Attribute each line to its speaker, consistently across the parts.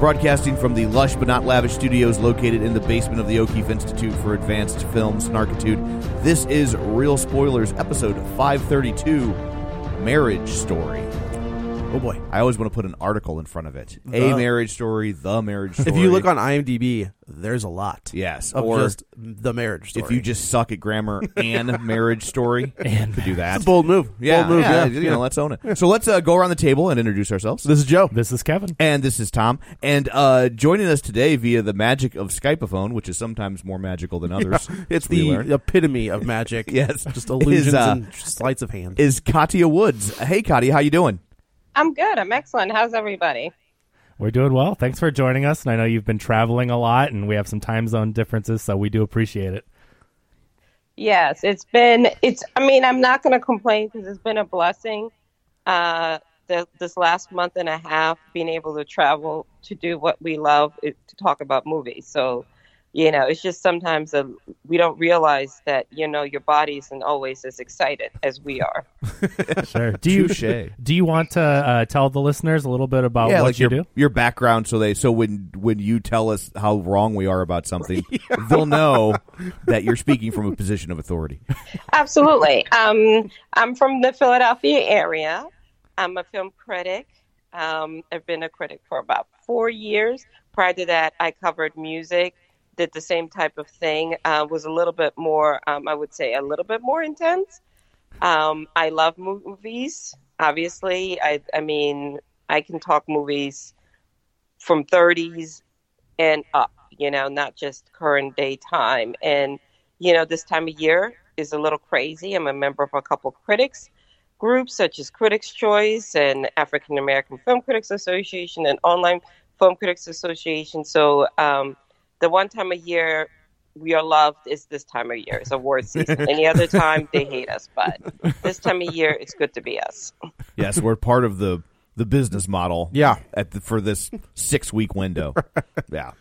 Speaker 1: Broadcasting from the lush but not lavish studios located in the basement of the O'Keefe Institute for Advanced Film Snarkitude, this is Real Spoilers, episode 532 Marriage Story. Oh boy. I always want to put an article in front of it. A
Speaker 2: The-
Speaker 1: marriage story, the marriage story.
Speaker 2: If you look on IMDb, there's a lot.
Speaker 1: Yes,
Speaker 2: of
Speaker 1: or-
Speaker 2: just the marriage story.
Speaker 1: If you just suck at grammar and marriage story, and could do that.
Speaker 2: It's a bold move,
Speaker 1: Yeah,
Speaker 2: bold move.
Speaker 1: yeah,
Speaker 2: Yeah,
Speaker 1: you know, let's own it. So let's uh, go around the table and introduce ourselves.
Speaker 2: this is Joe.
Speaker 3: This is Kevin.
Speaker 1: And this is Tom. And uh, joining us today via the magic of Skypeophone, which is sometimes more magical than others.
Speaker 2: It's
Speaker 1: we
Speaker 2: the
Speaker 1: learned,
Speaker 2: epitome of magic.
Speaker 1: Yes.
Speaker 2: just illusions
Speaker 1: Is, uh,
Speaker 2: and sleights of hand.
Speaker 1: is Katia Woods. Hey, Katia, how you doing?
Speaker 4: I'm good. I'm excellent. How's everybody?
Speaker 3: We're doing well. Thanks for joining us. And I know you've been traveling a lot and we have some time zone differences, so we do appreciate it.
Speaker 4: Yes, it's been. It's. I mean, I'm not going to complain because it's been a blessing. Uh, the, this last month and a half, being able to travel to do what we love, it, to talk about movies. So, you know, it's just sometimes a, we don't realize that you know your body isn't always as excited as we are.
Speaker 3: Sure. Do you
Speaker 1: Touche.
Speaker 3: do you want to uh, tell the listeners a little bit about
Speaker 1: yeah,
Speaker 3: what
Speaker 1: like
Speaker 3: Uh, you
Speaker 1: your
Speaker 3: do?
Speaker 1: your background, so they so when when you tell us how wrong we are about something, they'll know that you're speaking from a position of authority.
Speaker 4: Absolutely. Um, I'm from the Philadelphia area. I'm a film critic. Um, I've been a critic for about four years. Prior to that, I covered music, did the same type of thing, uh, was a little bit more, um, I would say, a little bit more intense. Um, I love movies, obviously. I, I mean, I can talk movies from 30s and up, you know, not just current day time. And you know, this time of year is a little crazy. I'm a member of a couple critics groups such as Critics Choice and African American Film Critics Association and Online Film Critics Association. So um, the one time a year we are loved is this time of year. It's award season. Any other time they hate us, but this time of year it's good to be us.
Speaker 1: Yes, we're part of the the business model.
Speaker 2: Yeah.
Speaker 1: at the, for this six week window. yeah.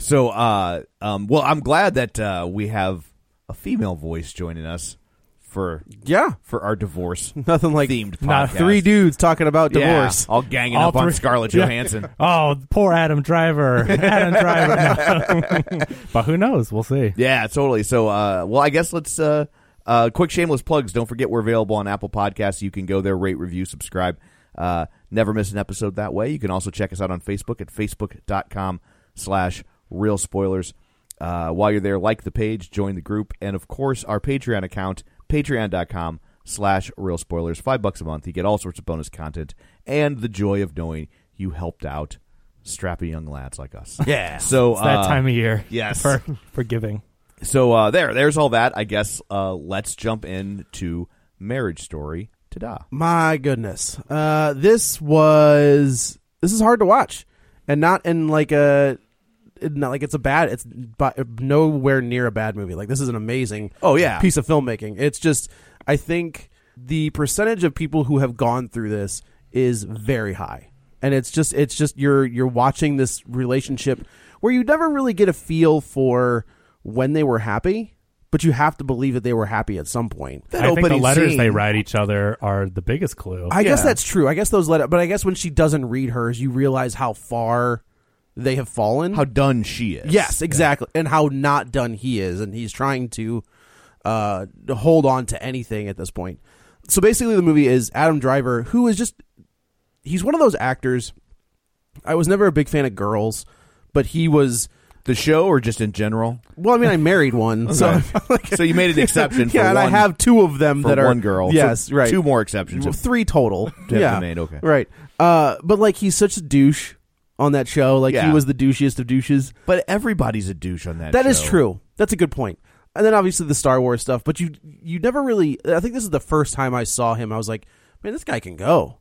Speaker 1: So, uh, um, well, I'm glad that uh, we have a female voice joining us for
Speaker 2: yeah,
Speaker 1: for our divorce
Speaker 2: nothing like
Speaker 1: themed podcast.
Speaker 2: not three dudes talking about
Speaker 1: Yeah, Oh,
Speaker 2: divorce.
Speaker 1: all ganging
Speaker 3: All
Speaker 1: up on
Speaker 3: three-
Speaker 1: Scarlett
Speaker 3: Yeah.
Speaker 1: Johansson.
Speaker 3: Oh, poor Adam Driver. Adam Driver. No. but who knows? We'll see.
Speaker 1: Yeah, totally. So, uh, well, I guess let's uh, uh, quick shameless plugs. Don't forget we're available on Apple Podcasts. You can go there, rate, review, subscribe. Uh, never miss an episode that way. You can also check us out on Facebook at facebook.com slash real spoilers. Uh, while you're there, like the page, join the group, and of course our Patreon account, patreon.com slash real spoilers. Five bucks a month. You get all sorts of bonus content and the joy of knowing you helped out strappy young lads like us.
Speaker 2: Yeah.
Speaker 1: So
Speaker 3: It's that
Speaker 1: uh,
Speaker 3: time of year.
Speaker 1: yes.
Speaker 3: For, for giving.
Speaker 1: so uh, there, there's all that. I guess uh, let's jump in to Marriage Story, Ta-da.
Speaker 2: My goodness. Uh, this was this is hard to watch, and not in like a not like it's a bad. It's by, nowhere near a bad movie. Like this is an amazing.
Speaker 1: Oh, yeah.
Speaker 2: piece of filmmaking. It's just I think the percentage of people who have gone through this is very high, and it's just it's just you're you're watching this relationship where you never really get a feel for when they were happy, but you have to believe that they were happy at some point.
Speaker 1: That
Speaker 3: I think the
Speaker 1: opening
Speaker 3: letters
Speaker 1: scene-
Speaker 3: they write each other are the biggest clue.
Speaker 2: I guess that's true. I guess those let up, but I guess when she doesn't read hers, you realize how far they have fallen.
Speaker 1: How done she is.
Speaker 2: yes, exactly, and how not done he is, and he's trying to uh, to hold on to anything at this point. So basically, the movie is Adam Driver, who is just he's one of those actors. I was never a big fan of girls, but he was.
Speaker 1: The show or just in general?
Speaker 2: Well, I mean, I married one, so
Speaker 1: so you made an exception for
Speaker 2: yeah, and I
Speaker 1: one-
Speaker 2: have two of them
Speaker 1: for
Speaker 2: that are
Speaker 1: one girl. So
Speaker 2: Yes, right.
Speaker 1: Two more exceptions.
Speaker 2: Well, three total.
Speaker 1: have
Speaker 2: yeah,
Speaker 1: been made, okay.
Speaker 2: right. Uh, but like he's such a douche on that show. Like
Speaker 1: Yeah.
Speaker 2: he was the douchiest of douches.
Speaker 1: But everybody's a douche on that
Speaker 2: That is
Speaker 1: show.
Speaker 2: true. That's a good point. And then obviously the Star Wars stuff. But you you never really. I think this is the first time I saw him. I was like, man, this guy can go.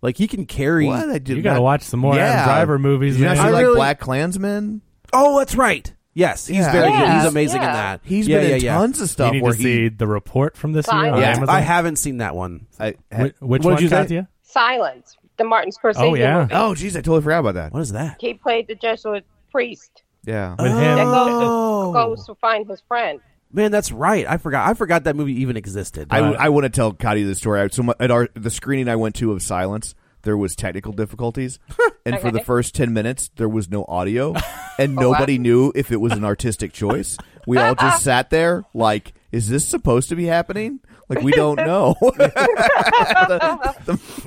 Speaker 2: Like he can carry.
Speaker 1: What? I did
Speaker 3: You gotta
Speaker 1: not-
Speaker 3: watch some more Adam Driver movies,
Speaker 1: Did you not
Speaker 3: man.
Speaker 1: see,
Speaker 2: I
Speaker 1: like
Speaker 2: really-
Speaker 1: Black Klansman?
Speaker 2: Oh, that's right. Yes, he's
Speaker 1: Yeah.
Speaker 2: very
Speaker 1: Yeah.
Speaker 2: good. He's amazing in
Speaker 4: Yeah.
Speaker 2: that.
Speaker 1: He's
Speaker 2: yeah,
Speaker 1: been
Speaker 2: yeah,
Speaker 1: in
Speaker 2: yeah.
Speaker 1: tons of
Speaker 3: you
Speaker 1: stuff
Speaker 3: need
Speaker 1: where
Speaker 3: to
Speaker 1: he.
Speaker 3: see the report from this
Speaker 4: Fine.
Speaker 3: year on
Speaker 1: Yeah.
Speaker 3: Amazon.
Speaker 2: I haven't seen that one.
Speaker 1: I,
Speaker 3: Wh- which
Speaker 2: What
Speaker 3: one,
Speaker 2: did you say?
Speaker 3: Katya?
Speaker 4: Silence, the Martin Scorsese
Speaker 3: Oh, yeah.
Speaker 4: movie.
Speaker 1: oh, jeez, I totally forgot about that.
Speaker 2: What is that?
Speaker 4: He played the Jesuit priest
Speaker 1: Yeah.
Speaker 3: With
Speaker 4: that
Speaker 3: him,
Speaker 2: Oh.
Speaker 4: goes, goes to find his friend.
Speaker 2: Man, that's right. I forgot. I forgot that movie even existed.
Speaker 1: I, I want to tell Cody the story. I, so my, at our the screening I went to of Silence, there was technical difficulties, and for the
Speaker 4: Okay.
Speaker 1: first ten minutes there was no audio,
Speaker 3: Oh,
Speaker 1: and nobody knew if it was an artistic choice. We all just sat there like, "Is this supposed to be happening?" Like we don't know.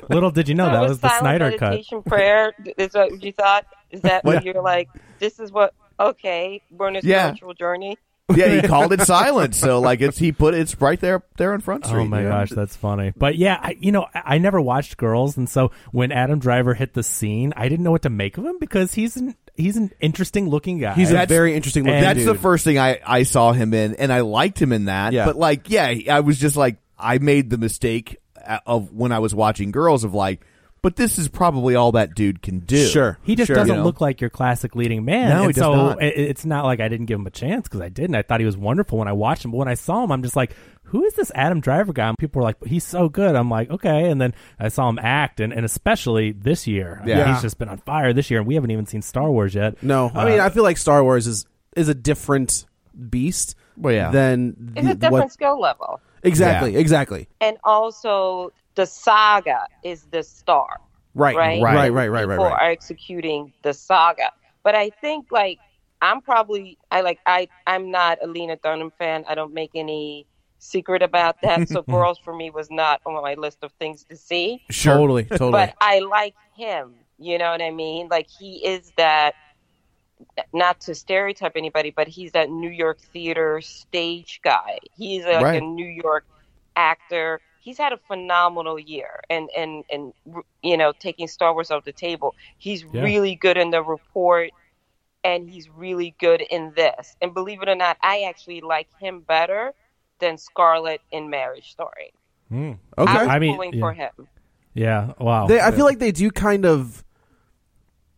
Speaker 3: little did you know that was the
Speaker 4: silent
Speaker 3: Snyder cut.
Speaker 4: meditation prayer. Is what you thought? Is that what you're like? This is what? Okay, we're on a
Speaker 1: Yeah.
Speaker 4: spiritual journey.
Speaker 1: yeah, he called it Silence, so like it's he put it's right there there on Front Street.
Speaker 3: Oh my
Speaker 1: you know?
Speaker 3: gosh, that's funny. But yeah, I, you know, I, I never watched Girls, and so when Adam Driver hit the scene, I didn't know what to make of him because he's an he's an interesting looking guy.
Speaker 2: he's a
Speaker 1: That's-
Speaker 2: very interesting. Looking
Speaker 1: That's
Speaker 2: dude.
Speaker 1: the first thing I, I saw him in, and I liked him in that.
Speaker 2: Yeah.
Speaker 1: But like, yeah, I was just like, I made the mistake uh, of when I was watching Girls of like, but this is probably all that dude can do.
Speaker 2: Sure.
Speaker 3: He just
Speaker 2: Sure.
Speaker 3: doesn't
Speaker 2: You know?
Speaker 3: look like your classic leading man.
Speaker 1: No, he
Speaker 3: and
Speaker 1: does
Speaker 3: so
Speaker 1: not.
Speaker 3: i- it's not like I didn't give him a chance because I didn't. I thought he was wonderful when I watched him, but when I saw him, I'm just like, who is this Adam Driver guy? And people were like, he's so good. I'm like, okay. And then I saw him act, and, and especially this year, I mean,
Speaker 2: Yeah.
Speaker 3: he's just been on fire this year, and we haven't even seen Star Wars yet.
Speaker 2: No, I mean
Speaker 3: Uh,
Speaker 2: I feel like Star Wars is is a different beast.
Speaker 1: Well, yeah.
Speaker 2: Than
Speaker 4: It's a
Speaker 2: the-
Speaker 4: different skill level,
Speaker 2: exactly,
Speaker 1: Yeah.
Speaker 2: exactly.
Speaker 4: and also the saga is the star.
Speaker 2: Right,
Speaker 4: right,
Speaker 2: right, right,
Speaker 4: And
Speaker 2: right, right, right.
Speaker 4: People are executing the saga, but I think like I'm probably I like I I'm not a Lena Dunham fan. I don't make any secret about that. So Girls for me was not on my list of things to see.
Speaker 2: Sure. Totally, totally.
Speaker 4: But I like him. You know what I mean? Like he is that not to stereotype anybody, but he's that New York theater stage guy. He's like
Speaker 1: Right.
Speaker 4: a New York actor. He's had a phenomenal year, and and and you know, taking Star Wars off the table. He's
Speaker 3: Yeah.
Speaker 4: really good in the report, and he's really good in this. And believe it or not, I actually like him better than Scarlett in Marriage Story.
Speaker 3: mm.
Speaker 2: okay.
Speaker 4: I was
Speaker 3: I mean,
Speaker 4: pulling
Speaker 3: yeah.
Speaker 4: for him.
Speaker 3: yeah, wow.
Speaker 2: they, I feel like they do kind of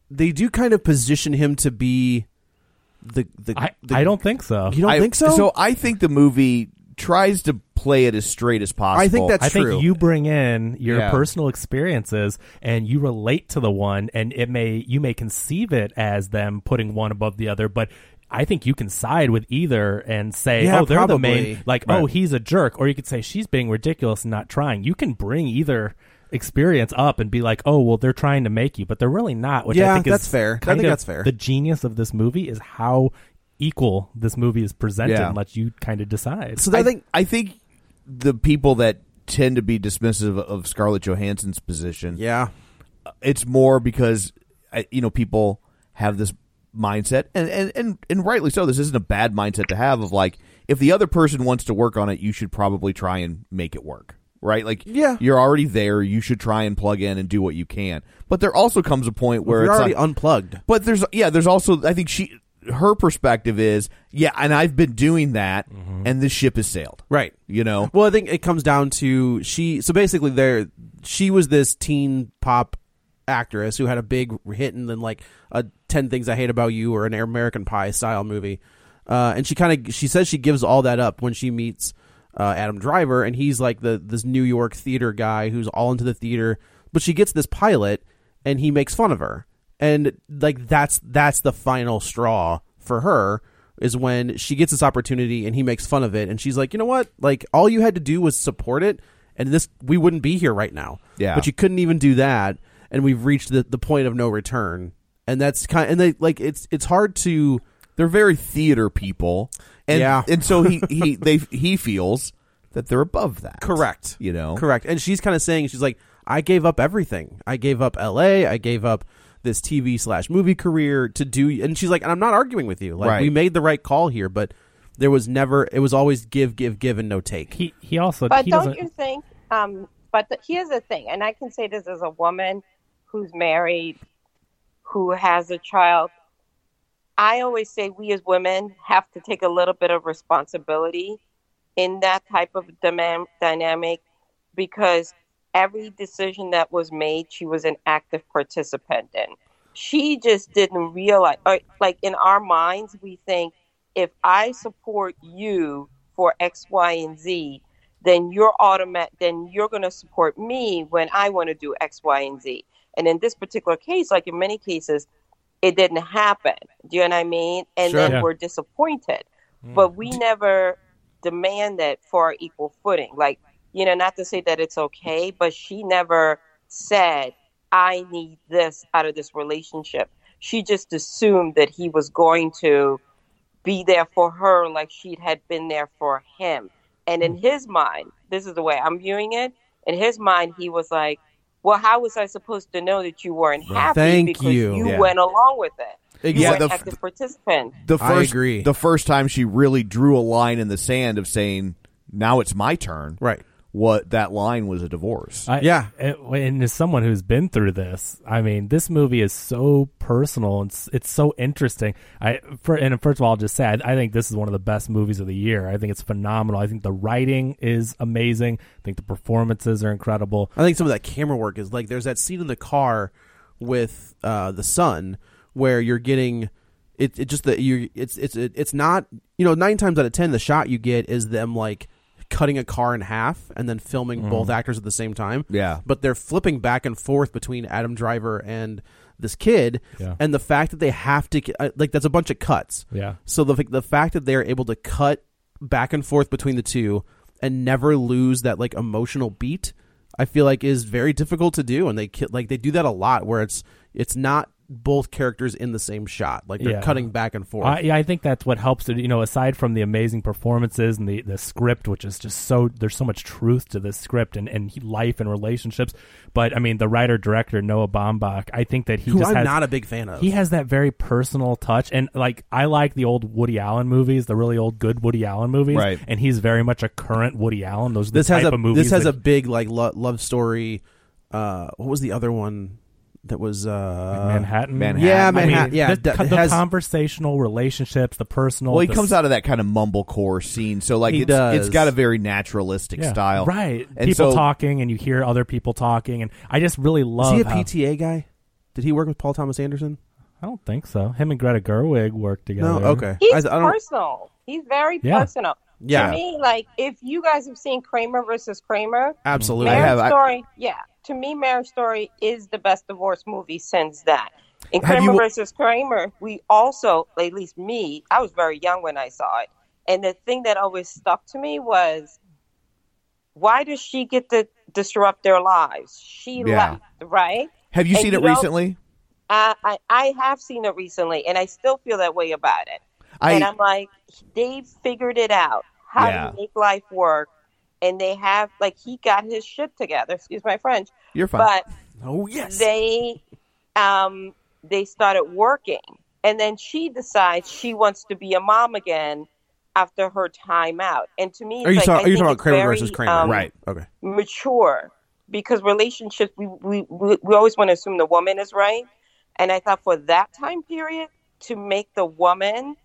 Speaker 2: they do kind of position him to be the the.
Speaker 3: I,
Speaker 2: the
Speaker 3: I don't think so.
Speaker 2: You don't
Speaker 1: I-
Speaker 2: think so?
Speaker 1: So I think the movie tries to play it as straight as possible.
Speaker 2: I think that's
Speaker 3: I
Speaker 2: true.
Speaker 3: think you bring in your
Speaker 1: Yeah.
Speaker 3: personal experiences and you relate to the one and it may you may conceive it as them putting one above the other, but I think you can side with either and say,
Speaker 2: Yeah,
Speaker 3: "Oh, they're the main,"
Speaker 2: probably.
Speaker 3: like, "Oh, he's a jerk," or you could say, "She's being ridiculous and not trying." You can bring either experience up and be like, "Oh, well, they're trying to make you," but they're really not. Which
Speaker 2: Yeah,
Speaker 3: I think
Speaker 2: that's
Speaker 3: is
Speaker 2: fair. I
Speaker 3: kind
Speaker 2: think
Speaker 3: of
Speaker 2: that's fair.
Speaker 3: The genius of this movie is how equal this movie is presented
Speaker 1: Yeah.
Speaker 3: and lets you kind of decide.
Speaker 2: so I, think
Speaker 1: I think the people that tend to be dismissive of Scarlett Johansson's position
Speaker 2: yeah.
Speaker 1: it's more because uh, you know people have this mindset and, and and and rightly so this isn't a bad mindset to have of like if the other person wants to work on it you should probably try and make it work right like
Speaker 2: Yeah.
Speaker 1: you're already there you should try and plug in and do what you can but there also comes a point where
Speaker 2: You're
Speaker 1: it's
Speaker 2: already
Speaker 1: like,
Speaker 2: unplugged.
Speaker 1: but there's yeah, there's also I think she her perspective is, yeah, and I've been doing that,
Speaker 2: Mm-hmm.
Speaker 1: and this ship has sailed.
Speaker 2: Right.
Speaker 1: You know.
Speaker 2: Well, I think it comes down to she. So basically, there she was this teen pop actress who had a big hit in then like a Ten Things I Hate About You or an American Pie style movie, uh, and she kind of she says she gives all that up when she meets uh, Adam Driver, and he's like the this New York theater guy who's all into the theater, but she gets this pilot, and he makes fun of her, and like that's that's the final straw for her is when she gets this opportunity and he makes fun of it and she's like you know what like all you had to do was support it and this we wouldn't be here right now
Speaker 1: Yeah.
Speaker 2: but you couldn't even do that and we've reached the, the point of no return and that's kind and they like it's it's hard to
Speaker 1: They're very theater people, and
Speaker 2: Yeah.
Speaker 1: and so he he they he feels that they're above that.
Speaker 2: Correct.
Speaker 1: You know.
Speaker 2: Correct. And she's kind of saying, she's like, I gave up everything. I gave up LA. I gave up this TV slash movie career to do. And she's like, and I'm not arguing with you. Like,
Speaker 1: Right.
Speaker 2: we made the right call here, but there was never, it was always give, give, give, and no take.
Speaker 3: He he also
Speaker 4: But
Speaker 3: he
Speaker 4: don't
Speaker 3: doesn't.
Speaker 4: you think? Um, but the, here's the thing, and I can say this as a woman who's married, who has a child. I always say we as women have to take a little bit of responsibility in that type of demand, dynamic because every decision that was made, she was an active participant in. She just didn't realize, or, like in our minds, we think if I support you for X, Y, and Z, then you're automatic then you're going to support me when i want to do x y and z and in this particular case like in many cases it didn't happen do you know what i mean and
Speaker 2: Sure.
Speaker 4: then
Speaker 3: Yeah.
Speaker 4: we're disappointed but we never demand that for our equal footing like you know not to say that it's okay but she never said i need this out of this relationship she just assumed that he was going to be there for her like she had been there for him. And in his mind, this is the way I'm viewing it. In his mind, he was like, "Well, how was I supposed to know that you weren't happy
Speaker 2: Thank
Speaker 4: because
Speaker 2: you."
Speaker 4: you,
Speaker 1: Yeah.
Speaker 4: went along with it?
Speaker 1: Yeah,
Speaker 4: You were
Speaker 1: the
Speaker 4: an
Speaker 1: f-
Speaker 4: active participant."
Speaker 1: The
Speaker 2: I
Speaker 1: first,
Speaker 2: agree.
Speaker 1: The first time she really drew a line in the sand of saying, "Now it's my turn."
Speaker 2: Right.
Speaker 1: What that line was a divorce.
Speaker 3: I,
Speaker 2: Yeah.
Speaker 3: it- and as someone who's been through this, I mean, this movie is so personal and it's, it's so interesting. I for, and first of all, I'll just say I, I think this is one of the best movies of the year. I think it's phenomenal. I think the writing is amazing. I think the performances are incredible.
Speaker 2: I think some of that camera work is like there's that scene in the car with uh, the sun where you're getting it. It just that you it's it's it, it's not you know nine times out of ten the shot you get is them like cutting a car in half and then filming both actors at the same time.
Speaker 1: Yeah.
Speaker 2: but they're flipping back and forth between Adam Driver and this kid,
Speaker 3: Yeah.
Speaker 2: and the fact that they have to uh, like that's a bunch of cuts.
Speaker 3: Yeah.
Speaker 2: So the the fact that they're able to cut back and forth between the two and never lose that like emotional beat, I feel like is very difficult to do, and they ki- like they do that a lot where it's it's not both characters in the same shot, like they're
Speaker 3: Yeah.
Speaker 2: cutting back and forth.
Speaker 3: I, yeah, I think that's what helps it. You know, aside from the amazing performances and the, the script, which is just so there's so much truth to this script and, and life and relationships. But I mean, the writer director Noah Baumbach, I think that he
Speaker 2: who
Speaker 3: just
Speaker 2: I'm
Speaker 3: has,
Speaker 2: not a big fan of.
Speaker 1: Oh.
Speaker 3: He has that very personal touch, and like I like the old Woody Allen movies, the really old good Woody Allen movies,
Speaker 1: Right.
Speaker 3: and he's very much a current Woody Allen. Those are the
Speaker 2: this
Speaker 3: type
Speaker 2: has a
Speaker 3: of movies.
Speaker 2: this has a
Speaker 3: that-
Speaker 2: big like lo- love story. Uh, what was the other one that was uh,
Speaker 3: Manhattan,
Speaker 1: Manhattan.
Speaker 2: Yeah,
Speaker 1: I mean,
Speaker 2: Manhattan. yeah,
Speaker 3: the,
Speaker 2: that- it
Speaker 3: the
Speaker 2: has-
Speaker 3: conversational relationships, the personal.
Speaker 1: Well, he
Speaker 3: the
Speaker 1: comes out of that kind of mumblecore scene, so like
Speaker 2: He
Speaker 1: it's
Speaker 2: does.
Speaker 1: it's got a very naturalistic
Speaker 3: Yeah,
Speaker 1: style,
Speaker 3: Right.
Speaker 1: And
Speaker 3: people
Speaker 1: so,
Speaker 3: talking and you hear other people talking and I just really
Speaker 2: Is
Speaker 3: love
Speaker 2: he a
Speaker 3: how-
Speaker 2: PTA guy? Did he work with Paul Thomas Anderson?
Speaker 3: I don't think so. Him and Greta Gerwig worked together.
Speaker 2: No. Okay.
Speaker 4: He's
Speaker 2: I, I don't.
Speaker 4: personal. He's very
Speaker 3: Yeah.
Speaker 4: personal.
Speaker 2: Yeah.
Speaker 4: To me, like if you guys have seen Kramer versus Kramer,
Speaker 2: Absolutely.
Speaker 4: Marriage
Speaker 1: I have- I-
Speaker 4: Story, yeah. To me, Marriage Story is the best divorce movie since that. In
Speaker 1: Have
Speaker 4: Kramer
Speaker 1: you-
Speaker 4: versus Kramer, we also, at least me, I was very young when I saw it, and the thing that always stuck to me was, why does she get to disrupt their lives? She
Speaker 1: Yeah.
Speaker 4: left, right?
Speaker 1: Have you
Speaker 4: And
Speaker 1: seen
Speaker 4: you
Speaker 1: it
Speaker 4: know-
Speaker 1: recently?
Speaker 4: I, I I have seen it recently, and I still feel that way about it.
Speaker 1: I-
Speaker 4: and um, I'm like, they figured it out how
Speaker 1: Yeah.
Speaker 4: to make life work, and they have like he got his shit together. Excuse my French,
Speaker 1: You're fine.
Speaker 4: but
Speaker 2: Oh yes.
Speaker 4: they um they started working, and then she decides she wants to be a mom again after her time out. And to me,
Speaker 2: Are you
Speaker 4: like,
Speaker 2: talking?
Speaker 4: I
Speaker 2: Are you talking
Speaker 4: think
Speaker 2: about
Speaker 4: it's
Speaker 2: Kramer
Speaker 4: very,
Speaker 2: versus Kramer?
Speaker 4: um,
Speaker 2: Okay.
Speaker 4: mature because relationships we, we, we, we always want to assume the woman is right and i thought for that time period to make the woman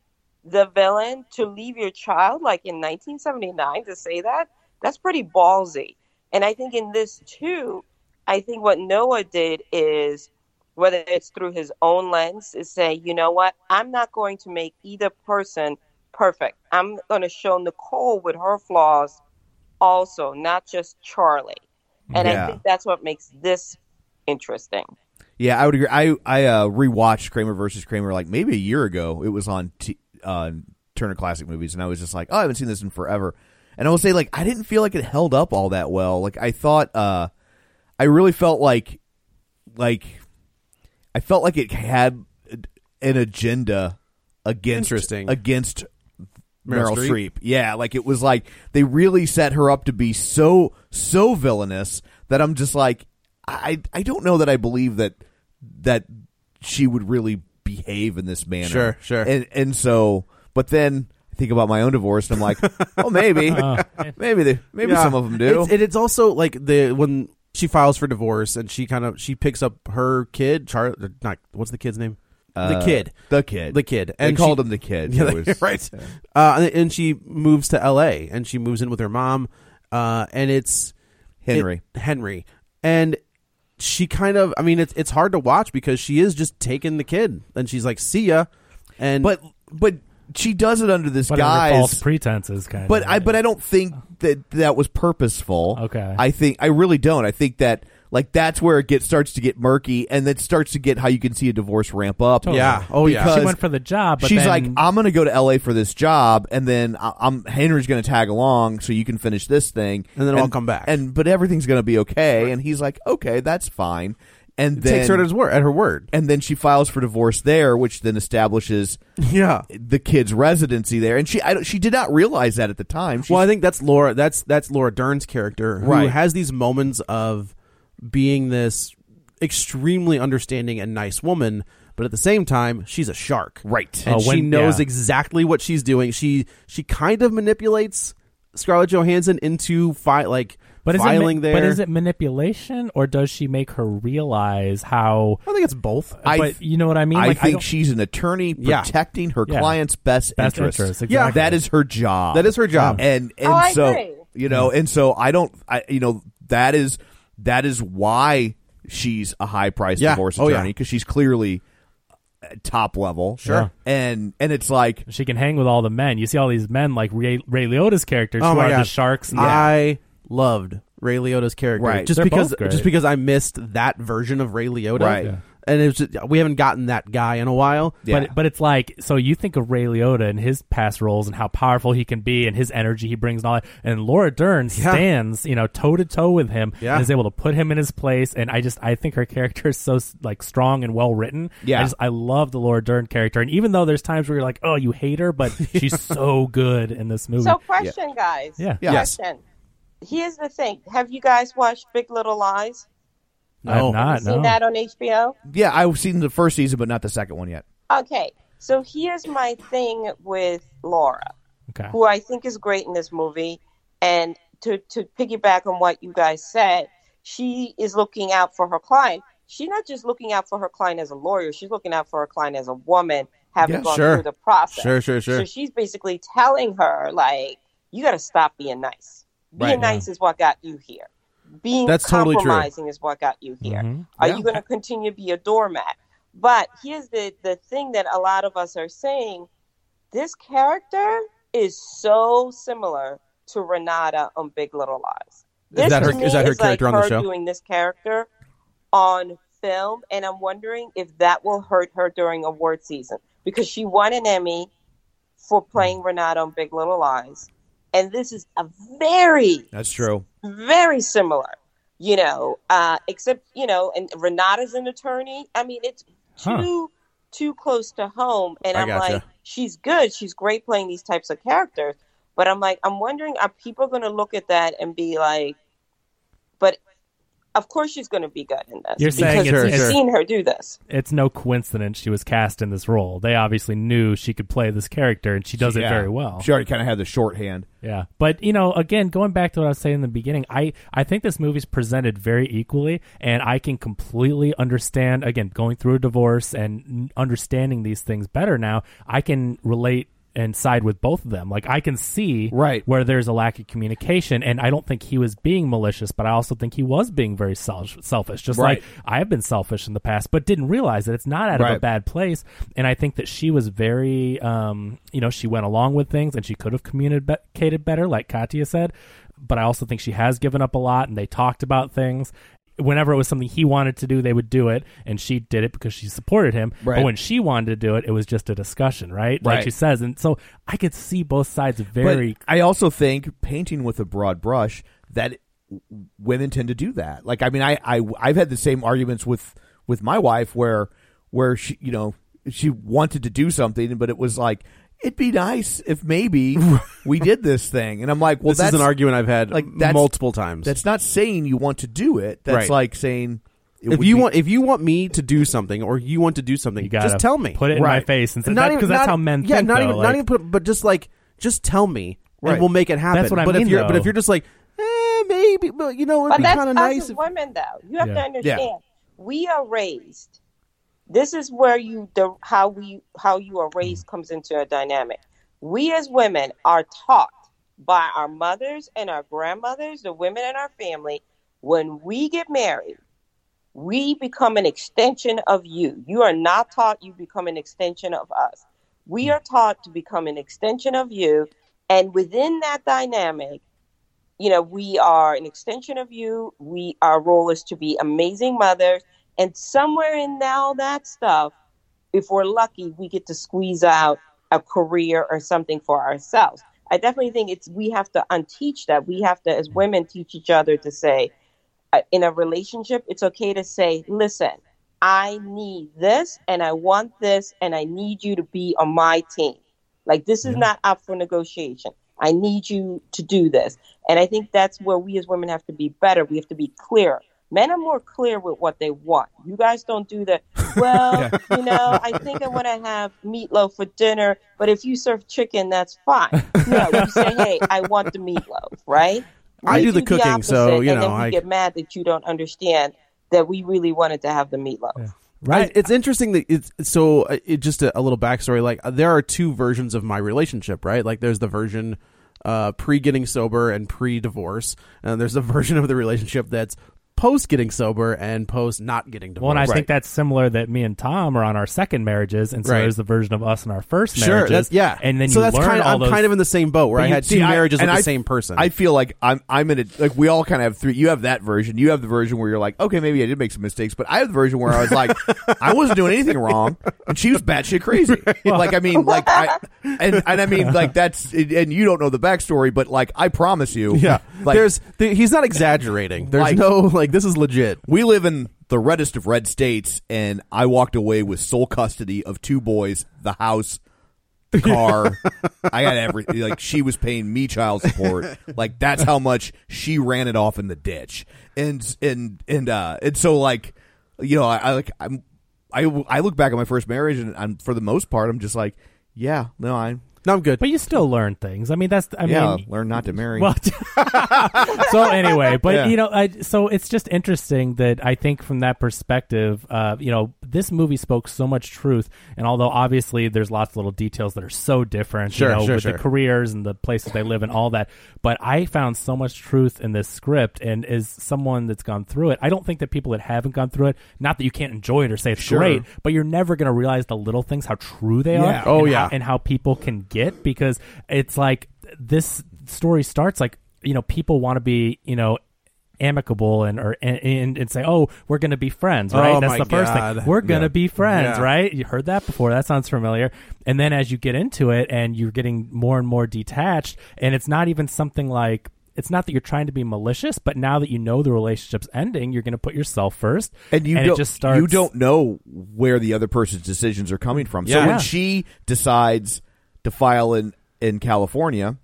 Speaker 4: the villain to leave your child like in 1979 to say that that's pretty ballsy and i think in this too i think what noah did is whether it's through his own lens is say you know what i'm not going to make either person perfect i'm going to show nicole with her flaws also not just charlie and
Speaker 1: Yeah.
Speaker 4: i think that's what makes this interesting
Speaker 1: Yeah, I would agree. I I uh, rewatched Kramer versus Kramer like maybe a year ago. It was on t- uh, Turner Classic Movies, and I was just like, oh, I haven't seen this in forever. And I will say, like, I didn't feel like it held up all that well. Like, I thought, uh, I really felt like, like, I felt like it had an agenda against
Speaker 2: Interesting.
Speaker 1: against Meryl,
Speaker 2: Meryl
Speaker 1: Streep.
Speaker 2: Streep.
Speaker 1: Yeah, like it was like they really set her up to be so so villainous that I'm just like I I don't know that I believe that that she would really behave in this manner.
Speaker 2: Sure, sure.
Speaker 1: And and so but then I think about my own divorce and I'm like, oh maybe
Speaker 3: Uh.
Speaker 1: maybe they, maybe
Speaker 2: Yeah.
Speaker 1: some of them do.
Speaker 2: It's, and it's also like the when she files for divorce and she kind of she picks up her kid, Char, not what's the kid's name? the kid,
Speaker 1: Uh, the kid.
Speaker 2: the kid,
Speaker 1: They
Speaker 2: and
Speaker 1: called
Speaker 2: she-
Speaker 1: him the kid.
Speaker 2: Yeah,
Speaker 1: It
Speaker 2: they-
Speaker 1: was-
Speaker 2: right. Uh, and, and she moves to L.A. and she moves in with her mom, uh, and it's
Speaker 1: Henry.
Speaker 2: it- Henry, and she kind of, I mean, it's it's hard to watch because she is just taking the kid, and she's like, "See ya," and
Speaker 1: But but she does it under this
Speaker 3: But under false
Speaker 1: guy's
Speaker 3: pretenses, kind
Speaker 1: But
Speaker 3: of.
Speaker 1: I but I don't think that that was purposeful.
Speaker 3: Okay.
Speaker 1: I think I really don't. I think that like that's where it gets starts to get murky, and that starts to get how you can see a divorce ramp up.
Speaker 3: Totally.
Speaker 2: yeah, oh yeah,
Speaker 1: Because-
Speaker 3: she went for the job. But
Speaker 1: She's
Speaker 3: then-
Speaker 1: like, I'm going to go to L.A. for this job, and then I- I'm Henry's going to tag along, so you can finish this thing,
Speaker 2: And then I'll come back.
Speaker 1: And but everything's going to be okay, and he's like, okay, that's fine. And then
Speaker 2: takes her at, his word, at her word,
Speaker 1: and then she files for divorce there, which then establishes
Speaker 2: yeah.
Speaker 1: the kid's residency there. And she I, don't- she did not realize that at the time. She
Speaker 2: well, I think that's Laura. That's that's Laura Dern's character who
Speaker 1: Right.
Speaker 2: has these moments of being this extremely understanding and nice woman, but at the same time, she's a shark,
Speaker 1: Right.
Speaker 2: And
Speaker 3: Oh, when-
Speaker 2: she knows
Speaker 3: yeah.
Speaker 2: exactly what she's doing. She she kind of manipulates Scarlett Johansson into fi- like
Speaker 3: but is it ma-
Speaker 2: filing there.
Speaker 3: But is it manipulation, or does she make her realize how?
Speaker 2: I think it's both.
Speaker 1: I
Speaker 3: but
Speaker 1: th-
Speaker 3: you know what I mean.
Speaker 1: I
Speaker 3: Like,
Speaker 1: think
Speaker 3: don't-
Speaker 1: she's an attorney
Speaker 2: Yeah.
Speaker 1: protecting her
Speaker 3: Yeah.
Speaker 1: client's best,
Speaker 3: Best
Speaker 1: interests.
Speaker 3: interests,
Speaker 2: exactly.
Speaker 1: that is her job.
Speaker 2: That is her job.
Speaker 1: And and
Speaker 4: Oh, I
Speaker 1: so
Speaker 4: agree.
Speaker 1: you know, and so I don't. I you know that is that is why she's a high priced
Speaker 2: Yeah.
Speaker 1: divorce
Speaker 2: Oh, yeah.
Speaker 1: attorney because she's clearly uh, top level.
Speaker 3: Sure.
Speaker 1: And and it's like
Speaker 3: she can hang with all the men. You see all these men, like Ray, Ray Liotta's characters,
Speaker 2: Oh
Speaker 3: who
Speaker 2: my
Speaker 3: are the
Speaker 2: God.
Speaker 3: sharks. And
Speaker 2: I loved Ray Liotta's character
Speaker 1: Right.
Speaker 2: just
Speaker 3: They're
Speaker 2: because
Speaker 3: both great.
Speaker 2: just because I missed that version of Ray Liotta,
Speaker 1: Right. Yeah.
Speaker 2: And it's just, we haven't gotten that guy in a while.
Speaker 1: yeah.
Speaker 3: But but it's like so you think of Ray Liotta and his past roles and how powerful he can be and his energy he brings and all that. And Laura Dern stands you know toe to toe with him
Speaker 2: Yeah.
Speaker 3: and is able to put him in his place. And I just I think her character is so like strong and well written.
Speaker 1: Yeah.
Speaker 3: I just I love the Laura Dern character. And even though there's times where you're like oh you hate her, but she's so good in this movie.
Speaker 4: So, question, guys.
Speaker 3: Yeah.
Speaker 1: Yes.
Speaker 4: Question. Here's the thing. Have you guys watched Big Little Lies?
Speaker 3: I have
Speaker 2: No.
Speaker 3: not
Speaker 4: Seen
Speaker 3: no.
Speaker 4: that on HBO?
Speaker 1: yeah, I've seen the first season, but not the second one yet.
Speaker 4: Okay. So here's my thing with Laura,
Speaker 3: Okay.
Speaker 4: who I think is great in this movie, and to to piggyback on what you guys said, she is looking out for her client. She's not just looking out for her client as a lawyer. She's looking out for her client as a woman, having
Speaker 1: Yeah,
Speaker 4: gone
Speaker 2: sure.
Speaker 4: through the process.
Speaker 2: Sure, sure, sure.
Speaker 4: So she's basically telling her, like, you got to stop being nice. Being
Speaker 3: Right, yeah.
Speaker 4: nice is what got you here. Being
Speaker 2: That's totally true.
Speaker 4: compromising is what got you here.
Speaker 3: Mhm.
Speaker 4: Are
Speaker 1: Yeah.
Speaker 4: you going to continue to be a doormat? But here's the, the thing that a lot of us are saying this character is so similar to Renata on Big Little Lies. This
Speaker 2: that her-
Speaker 4: to me
Speaker 2: is that her character
Speaker 4: like
Speaker 2: on the
Speaker 4: her
Speaker 2: show?
Speaker 4: doing this character on film, and I'm wondering if that will hurt her during award season because she won an Emmy for
Speaker 2: Mm.
Speaker 4: playing Renata on Big Little Lies, and this is a very,
Speaker 1: That's true.
Speaker 4: very similar. You know, uh, except you know, and Renata's an attorney. I mean, it's
Speaker 3: Huh.
Speaker 4: too too close to home, and
Speaker 2: I
Speaker 4: I'm
Speaker 2: gotcha.
Speaker 4: like, she's good, she's great playing these types of characters, but I'm like, I'm wondering, are people going to look at that and be like, but of course she's going to be good in this.
Speaker 3: You're saying
Speaker 4: because
Speaker 3: it's-
Speaker 4: you've
Speaker 3: it's-
Speaker 4: seen her do this.
Speaker 3: It's no coincidence she was cast in this role. They obviously knew she could play this character, and she does it
Speaker 1: Yeah.
Speaker 3: very well.
Speaker 1: She already kind of had the shorthand.
Speaker 3: Yeah, but you know, again, going back to what I was saying in the beginning, I I think this movie's presented very equally, and I can completely understand. Again, going through a divorce and n- understanding these things better now, I can relate and side with both of them. Like I can see
Speaker 1: Right.
Speaker 3: where there's a lack of communication, and I don't think he was being malicious, but I also think he was being very sel- selfish. Just
Speaker 1: Right.
Speaker 3: like I have been selfish in the past, but didn't realize that it's not out of a
Speaker 1: Right.
Speaker 3: bad place. And I think that she was very, um, you know, she went along with things and she could have communicated better, like Katya said. But I also think she has given up a lot and they talked about things. Whenever it was something he wanted to do, they would do it. And she did it because she supported him.
Speaker 1: Right.
Speaker 3: But when she wanted to do it, it was just a discussion, right? Like
Speaker 1: Right.
Speaker 3: she says. And so I could see both sides very.
Speaker 1: But I also think painting with a broad brush that women tend to do that. Like, I mean, I, I I've had the same arguments with with my wife where where she you know she wanted to do something, but it was like it'd be nice if maybe we did this thing, and I'm like, well,
Speaker 2: this
Speaker 1: that's
Speaker 2: is an argument I've had
Speaker 1: like,
Speaker 2: like
Speaker 1: that's-
Speaker 2: multiple times.
Speaker 1: That's not saying you want to do it. That's
Speaker 2: Right.
Speaker 1: like saying it
Speaker 2: if
Speaker 1: would
Speaker 2: you
Speaker 1: be-
Speaker 2: want, if you want me to do something, or you want to do something,
Speaker 3: gotta
Speaker 2: just tell me.
Speaker 3: put it in my face and say- that- 'cause that's how men
Speaker 2: Yeah,
Speaker 3: think,
Speaker 2: not
Speaker 3: though,
Speaker 2: even, not
Speaker 3: like-
Speaker 2: even put, but just like, just tell me,
Speaker 1: Right.
Speaker 2: and we'll make it happen.
Speaker 3: That's what I
Speaker 2: but
Speaker 3: mean,
Speaker 2: If you're, But
Speaker 3: though.
Speaker 2: if you're just like, eh, maybe, but you know, it'd
Speaker 4: But
Speaker 2: be
Speaker 4: that's
Speaker 2: kind of
Speaker 4: us
Speaker 2: nice.
Speaker 4: as
Speaker 2: if-
Speaker 4: women, though. You have
Speaker 3: Yeah.
Speaker 4: to
Speaker 3: Yeah.
Speaker 4: understand, we are raised. This is where you the how we how you are raised comes into a dynamic. We as women are taught by our mothers and our grandmothers, the women in our family, when we get married, we become an extension of you. You are not taught, you become an extension of us. We are taught to become an extension of you. And within that dynamic, you know, we are an extension of you. We our role is to be amazing mothers, and somewhere in all that stuff, if we're lucky, we get to squeeze out a career or something for ourselves. I definitely think it's we have to unteach that. We have to, as women, teach each other to say, uh, in a relationship, it's okay to say, "Listen, I need this, and I want this, and I need you to be on my team." Like this is not up for negotiation. I need you to do this. And I think that's where we as women have to be better. We have to be clearer. Men are more clear with what they want. You guys don't do that. Well, you know, I think I want to have meatloaf for dinner, but if you serve chicken, that's fine. No, you say, hey, I want the meatloaf, right?
Speaker 2: I
Speaker 4: We
Speaker 2: do the cooking, so,
Speaker 4: opposite,
Speaker 2: you know,
Speaker 4: and then we
Speaker 2: I-
Speaker 4: get mad that you don't understand that we really wanted to have the meatloaf.
Speaker 2: Right. it's interesting that it's so. uh, It just a, a little backstory. Like uh, there are two versions of my relationship, right? Like there's the version uh, pre getting sober and pre divorce, and there's a version of the relationship that's post getting sober and post not getting divorced.
Speaker 3: well, and I
Speaker 2: Right.
Speaker 3: think that's similar that me and Tom are on our second marriages, and so
Speaker 2: Right.
Speaker 3: there's the version of us in our first
Speaker 2: sure.
Speaker 3: marriages.
Speaker 2: That's, yeah.
Speaker 3: and then
Speaker 2: so
Speaker 3: you
Speaker 2: that's
Speaker 3: learn
Speaker 2: kind of
Speaker 3: all
Speaker 2: I'm
Speaker 3: those.
Speaker 2: kind of in the same boat where I
Speaker 1: you-
Speaker 2: had
Speaker 1: see,
Speaker 2: two
Speaker 1: I-
Speaker 2: marriages
Speaker 1: and
Speaker 2: with
Speaker 1: I-
Speaker 2: the same person.
Speaker 1: I feel like I'm I'm in a like we all kind of have three. You have that version. You have the version where you're like, okay, maybe I did make some mistakes, but I have the version where I was like, I wasn't doing anything wrong, and she was batshit crazy. Like I mean, like I and and I mean like that's and you don't know the backstory, but like I promise you,
Speaker 2: yeah.
Speaker 1: like,
Speaker 2: there's th- he's not exaggerating. There's
Speaker 1: Like-
Speaker 2: no like this is legit.
Speaker 1: we live in the reddest of red states, and I walked away with sole custody of two boys, the house, the car. I got everything. Like she was paying me child support. Like that's how much she ran it off in the ditch. And and and uh and so like you know I, I like I'm I I look back at my first marriage, and I'm for the most part I'm just like yeah no I
Speaker 2: No, I'm good.
Speaker 3: But you still learn things. I mean, that's. I
Speaker 1: yeah
Speaker 3: mean,
Speaker 1: learn not to marry.
Speaker 3: well, so anyway, but
Speaker 1: Yeah.
Speaker 3: you know, I, so it's just interesting that I think from that perspective, uh, you know, this movie spoke so much truth. And although obviously there's lots of little details that are so different,
Speaker 2: Sure,
Speaker 3: you know,
Speaker 2: sure,
Speaker 3: with
Speaker 2: sure.
Speaker 3: the careers and the places they live and all that, but I found so much truth in this script. And as someone that's gone through it, I don't think that people that haven't gone through it, not that you can't enjoy it or say it's
Speaker 1: Sure.
Speaker 3: great, but you're never going to realize the little things, how true they
Speaker 2: Yeah.
Speaker 3: are.
Speaker 2: Oh,
Speaker 3: and
Speaker 2: yeah.
Speaker 3: how- and how people can get because it's like this story starts like you know people want to be you know amicable and or and, and, and say oh we're gonna be friends right
Speaker 2: Oh,
Speaker 3: that's
Speaker 2: my
Speaker 3: the first
Speaker 2: God.
Speaker 3: thing we're gonna
Speaker 2: Yeah.
Speaker 3: be friends
Speaker 2: Yeah.
Speaker 3: right you heard that before that sounds familiar and then as you get into it and you're getting more and more detached and it's not even something like it's not that you're trying to be malicious but now that you know the relationship's ending you're gonna put yourself first
Speaker 1: and you
Speaker 3: it
Speaker 1: don't,
Speaker 3: just starts
Speaker 1: you don't know where the other person's decisions are coming from. So
Speaker 2: Yeah.
Speaker 1: when she decides to file in in California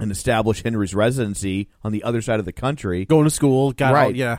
Speaker 1: and establish Henry's residency on the other side of the country,
Speaker 2: Going to school, got
Speaker 1: Right.
Speaker 2: out, yeah.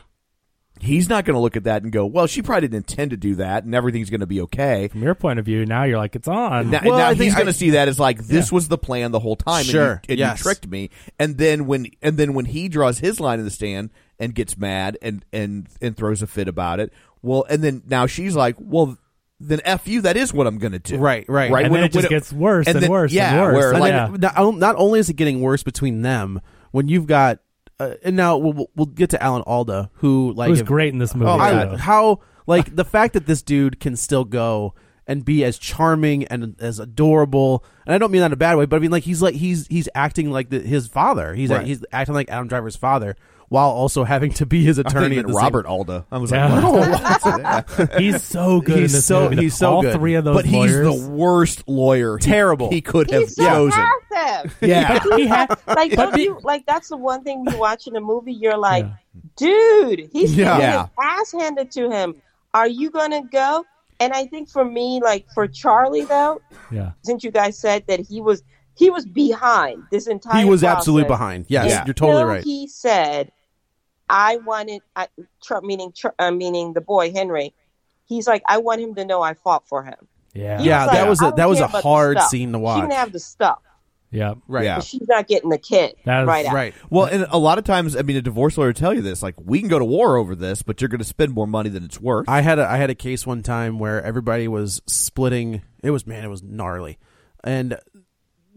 Speaker 1: He's not going to look at that and go, "Well, she probably didn't intend to do that, and everything's going to be okay."
Speaker 3: From your point of view, now you're like, it's on.
Speaker 1: Now,
Speaker 2: Well,
Speaker 1: now
Speaker 2: I think
Speaker 1: he's
Speaker 2: I-
Speaker 1: going to see that as like this was the plan the whole time. and,
Speaker 2: Sure,
Speaker 1: you, and
Speaker 2: yes.
Speaker 1: you tricked me. And then when and then when he draws his line in the stand and gets mad and and and throws a fit about it, well, and then now she's like, well, then f you. That is what I'm going to do.
Speaker 2: Right, right.
Speaker 1: right.
Speaker 3: And then it just gets worse and
Speaker 1: then-
Speaker 3: worse and
Speaker 1: yeah,
Speaker 3: worse.
Speaker 1: Where,
Speaker 3: And
Speaker 1: like,
Speaker 3: then-
Speaker 2: And not, not only is it getting worse between them when you've got uh, and now we'll, we'll get to Alan Alda who like
Speaker 3: Who's
Speaker 2: if-
Speaker 3: great in this movie,
Speaker 2: Oh, I-
Speaker 3: too.
Speaker 2: how like the fact that this dude can still go and be as charming and as adorable and I don't mean that in a bad way but I mean like he's like he's he's acting like the, his father he's
Speaker 1: Right.
Speaker 2: he's acting like Adam Driver's father while also having to be his
Speaker 1: I thought you
Speaker 2: attorney
Speaker 1: meant
Speaker 2: at the same-
Speaker 1: Robert Alda. I was like,
Speaker 3: Yeah.
Speaker 1: what?
Speaker 3: he's so good
Speaker 2: He's
Speaker 3: in this
Speaker 2: so-
Speaker 3: movie.
Speaker 2: he's so
Speaker 3: All
Speaker 2: good.
Speaker 3: three of those
Speaker 1: but he's
Speaker 3: lawyers.
Speaker 1: the worst lawyer. he-
Speaker 2: Terrible.
Speaker 1: He, could have
Speaker 4: He's so
Speaker 1: chosen.
Speaker 4: passive.
Speaker 1: Yeah.
Speaker 3: he had,
Speaker 4: Like,
Speaker 3: But
Speaker 4: don't
Speaker 3: be-
Speaker 4: you, like that's the one thing you watch in a movie. You're like, dude, he's
Speaker 1: Yeah.
Speaker 4: getting
Speaker 1: Yeah.
Speaker 4: his ass handed to him. Are you gonna go? And I think for me, like for Charlie though,
Speaker 3: yeah.
Speaker 4: since you guys said that he was he was behind this entire.
Speaker 2: he was
Speaker 4: process,
Speaker 2: absolutely behind yes
Speaker 1: Yeah.
Speaker 2: you're totally
Speaker 4: until
Speaker 2: right
Speaker 4: He said, "I wanted," I, Trump meaning Tr- uh, meaning the boy Henry. He's like, "I want him to know I fought for him."
Speaker 3: Yeah.
Speaker 4: He
Speaker 2: Yeah.
Speaker 4: like,
Speaker 2: that was a-
Speaker 4: "I don't
Speaker 2: that was
Speaker 4: care
Speaker 2: a
Speaker 4: about the
Speaker 2: hard
Speaker 4: stuff.
Speaker 2: scene to
Speaker 4: She
Speaker 2: watch.
Speaker 4: didn't have the stuff.
Speaker 3: Yeah.
Speaker 2: right
Speaker 1: Yeah.
Speaker 4: but she's not getting the kid
Speaker 3: That is-
Speaker 4: right. out.
Speaker 2: right
Speaker 1: Well, and a lot of times, I mean, a divorce lawyer will tell you this: like, we can go to war over this, but you're going to spend more money than it's worth.
Speaker 2: I had a, I had a case one time where everybody was splitting. It was man, it was gnarly. And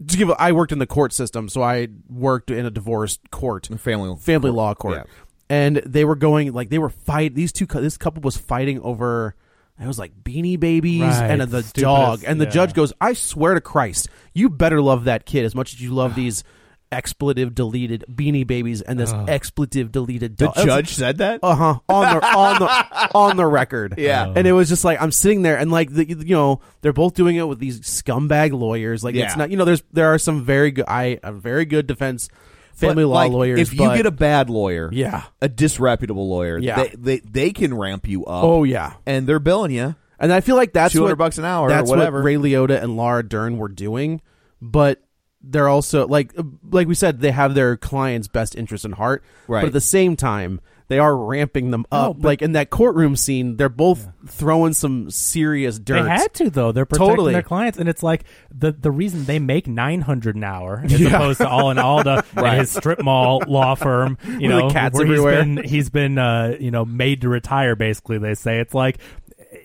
Speaker 2: to give, a- I worked in the court system, so I worked in a divorce court,
Speaker 1: family
Speaker 2: family law court,
Speaker 1: yeah.
Speaker 2: and they were going like they were fight. These two, cou- this couple was fighting over. It was like Beanie Babies
Speaker 3: Right,
Speaker 2: and the
Speaker 3: stupidest-
Speaker 2: dog, and the
Speaker 3: yeah.
Speaker 2: judge goes, "I swear to Christ, you better love that kid as much as you love these." Expletive deleted beanie babies and this expletive deleted
Speaker 1: The
Speaker 2: dog. I was like,
Speaker 1: judge said that.
Speaker 2: uh huh. On the on the on the record.
Speaker 1: Yeah.
Speaker 2: And it was just like I'm sitting there and like the, you know they're both doing it with these scumbag lawyers. Like
Speaker 1: Yeah.
Speaker 2: it's not you know there's there are some very good I a very good defense family
Speaker 1: But,
Speaker 2: law
Speaker 1: like,
Speaker 2: lawyers.
Speaker 1: If
Speaker 2: but-
Speaker 1: you get a bad lawyer,
Speaker 2: yeah.
Speaker 1: a disreputable lawyer,
Speaker 2: Yeah.
Speaker 1: they, they they can ramp you up.
Speaker 2: Oh yeah.
Speaker 1: and they're billing you.
Speaker 2: And I feel like that's what-
Speaker 1: 200 bucks an hour or
Speaker 2: That's
Speaker 1: whatever.
Speaker 2: what Ray Liotta and Laura Dern were doing, but they're also like uh, like we said they have their clients' best interest in heart.
Speaker 1: Right.
Speaker 2: But at the same time, they are ramping them up. like in that courtroom scene, they're both throwing some serious dirt.
Speaker 3: They had to though. They're protecting
Speaker 2: Totally.
Speaker 3: their clients, and it's like the the reason they make nine hundred an hour as opposed to all in Alda and his strip mall law firm. You
Speaker 2: With the
Speaker 3: know,
Speaker 2: cats
Speaker 3: where
Speaker 2: everywhere.
Speaker 3: He's been, he's been uh, you know made to retire. Basically, they say it's like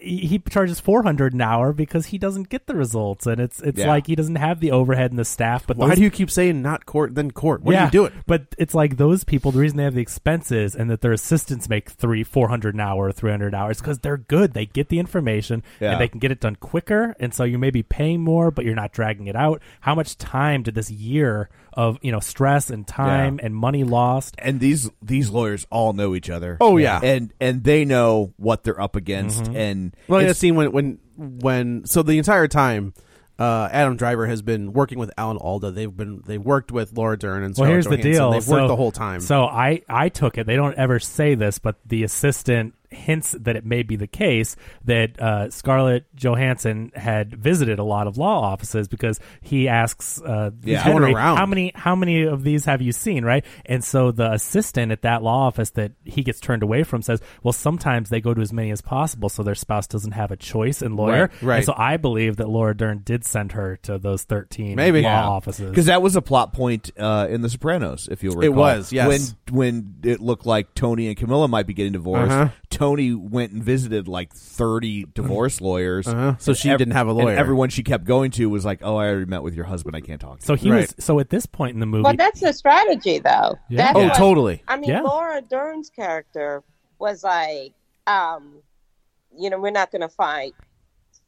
Speaker 3: he he charges four hundred an hour because he doesn't get the results, and it's it's
Speaker 1: Yeah.
Speaker 3: like he doesn't have the overhead and the staff. But
Speaker 2: Why
Speaker 3: those
Speaker 2: do you keep saying not court then court? What
Speaker 3: yeah,
Speaker 2: are you doing?
Speaker 3: But it's like those people. The reason they have the expenses and that their assistants make three, four hundred an hour, three hundred hours because they're good. They get the information
Speaker 1: Yeah.
Speaker 3: and they can get it done quicker. And so you may be paying more, but you're not dragging it out. How much time did this year of you know stress and time and money lost?
Speaker 1: And these these lawyers all know each other.
Speaker 2: Oh, yeah. Mm-hmm.
Speaker 1: and and they know what they're up against. And
Speaker 2: Well, in
Speaker 1: it's-
Speaker 2: that scene when when when so the entire time. Uh, Adam Driver has been working with Alan Alda. They've been they worked with Laura Dern and
Speaker 3: Well,
Speaker 2: Scarlett
Speaker 3: here's the
Speaker 2: Johansson.
Speaker 3: deal.
Speaker 2: They've worked
Speaker 3: so,
Speaker 2: the whole time.
Speaker 3: So I, I took it. They don't ever say this, but the assistant hints that it may be the case that uh, Scarlett Johansson had visited a lot of law offices because he asks, uh,
Speaker 1: Yeah,
Speaker 2: going
Speaker 3: Henry,
Speaker 2: around.
Speaker 3: how many how many of these have you seen, right? And so the assistant at that law office that he gets turned away from says, well, sometimes they go to as many as possible, so their spouse doesn't have a choice in lawyer.
Speaker 2: Right, right.
Speaker 3: And so I believe that Laura Dern did send her to those thirteen
Speaker 2: Maybe.
Speaker 3: law
Speaker 2: Yeah.
Speaker 3: offices.
Speaker 1: Because that was a plot point uh, in The Sopranos, if you'll recall.
Speaker 2: was, yes.
Speaker 1: When when it looked like Tony and Camilla might be getting divorced,
Speaker 2: Uh-huh.
Speaker 1: Tony went and visited like thirty divorce lawyers.
Speaker 2: Uh-huh. So
Speaker 1: And
Speaker 2: she didn't have a
Speaker 1: and
Speaker 2: lawyer.
Speaker 1: everyone she kept going to was like, "Oh, I already met with your husband. I can't talk." to
Speaker 3: So he
Speaker 2: Right.
Speaker 3: was so at this point in the movie.
Speaker 4: But that's the strategy, though.
Speaker 3: Yeah.
Speaker 4: That's
Speaker 2: oh,
Speaker 4: what-
Speaker 2: totally.
Speaker 4: I mean,
Speaker 3: Yeah.
Speaker 4: Laura Dern's character was like, um, you know, we're not going to fight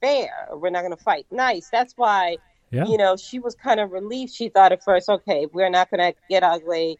Speaker 4: fair. Or we're not going to fight nice. That's why,
Speaker 3: yeah.
Speaker 4: you know, she was kind of relieved. She thought at first, okay, we're not going to get ugly.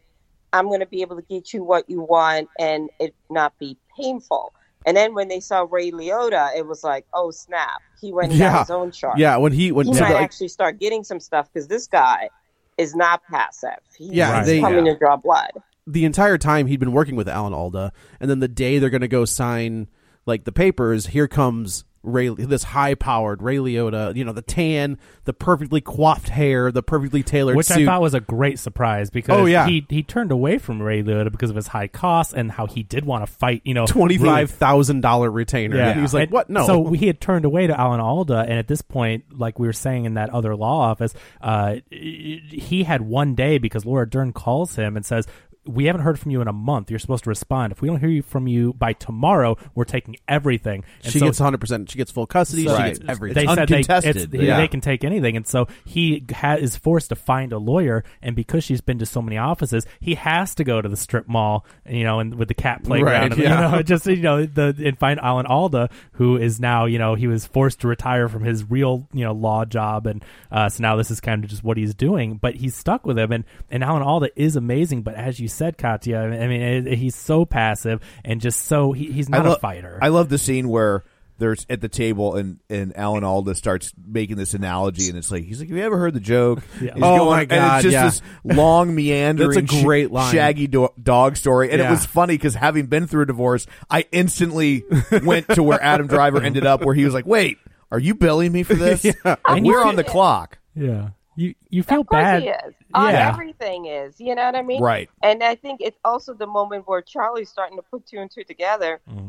Speaker 4: I'm going to be able to get you what you want and it not be painful. And then when they saw Ray Liotta, it was like, oh snap! He went and
Speaker 2: Yeah.
Speaker 4: got his own chart.
Speaker 2: Yeah, when he when
Speaker 4: he
Speaker 2: to
Speaker 4: might
Speaker 2: the-
Speaker 4: actually start getting some stuff because this guy is not passive. He's
Speaker 2: Yeah,
Speaker 4: just
Speaker 2: they-
Speaker 4: coming to draw blood.
Speaker 2: the entire time he'd been working with Alan Alda, and then the day they're going to go sign like the papers, here comes Ray, this high powered Ray Liotta, you know, the tan, the perfectly coiffed hair, the perfectly tailored
Speaker 3: which
Speaker 2: suit.
Speaker 3: I thought was a great surprise because
Speaker 2: Oh, yeah.
Speaker 3: he he turned away from Ray Liotta because of his high cost and how he did want to fight. You know,
Speaker 2: Twenty-five thousand dollar retainer. And he's like,
Speaker 3: And
Speaker 2: "What? No."
Speaker 3: So he had turned away to Alan Alda, and at this point, like we were saying in that other law office, uh, he had one day because Laura Dern calls him and says. We haven't heard from you in a month. You're supposed to respond. If we don't hear you from you by tomorrow, we're taking everything. And
Speaker 2: she
Speaker 3: so
Speaker 2: gets one hundred percent. She gets full custody.
Speaker 1: Right.
Speaker 2: She
Speaker 1: It's-
Speaker 2: gets everything.
Speaker 3: they
Speaker 1: It's
Speaker 3: said they,
Speaker 1: uncontested,
Speaker 3: it's,
Speaker 1: but
Speaker 3: they-
Speaker 1: yeah.
Speaker 3: they can take anything, and so he ha- is forced to find a lawyer. And because she's been to so many offices, he has to go to the strip mall, you know, and with the cat playground,
Speaker 2: Right,
Speaker 3: you
Speaker 2: yeah.
Speaker 3: know, just you know, the and find Alan Alda, who is now, you know, he was forced to retire from his real, you know, law job, and uh, so now this is kind of just what he's doing. But he's stuck with him, and and Alan Alda is amazing. But as you said, Katya, I mean, it, he's so passive and just so he, he's not
Speaker 1: I lo-
Speaker 3: a fighter.
Speaker 1: I love the scene where there's at the table and and Alan Alda starts making this analogy and it's like he's like, have you ever heard the joke? He's
Speaker 2: Oh, my
Speaker 1: And
Speaker 2: God,
Speaker 1: it's just
Speaker 2: yeah.
Speaker 1: this long meandering,
Speaker 2: That's a
Speaker 1: sh-
Speaker 2: great line.
Speaker 1: shaggy do- dog story. And it
Speaker 2: Yeah.
Speaker 1: was funny because having been through a divorce, I instantly went to where Adam Driver ended up, where he was like, wait, are you billing me for this? Like,
Speaker 3: And
Speaker 1: we're
Speaker 3: you-
Speaker 1: on the clock.
Speaker 3: yeah, you you feel
Speaker 4: Of course
Speaker 3: bad.
Speaker 4: he is. On
Speaker 3: Yeah.
Speaker 4: everything is. You know what I mean?
Speaker 1: Right.
Speaker 4: And I think it's also the moment where Charlie's starting to put two and two together,
Speaker 2: Mm-hmm.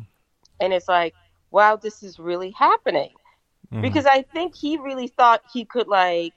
Speaker 4: and it's like, wow, this is really happening.
Speaker 2: Mm-hmm.
Speaker 4: Because I think he really thought he could like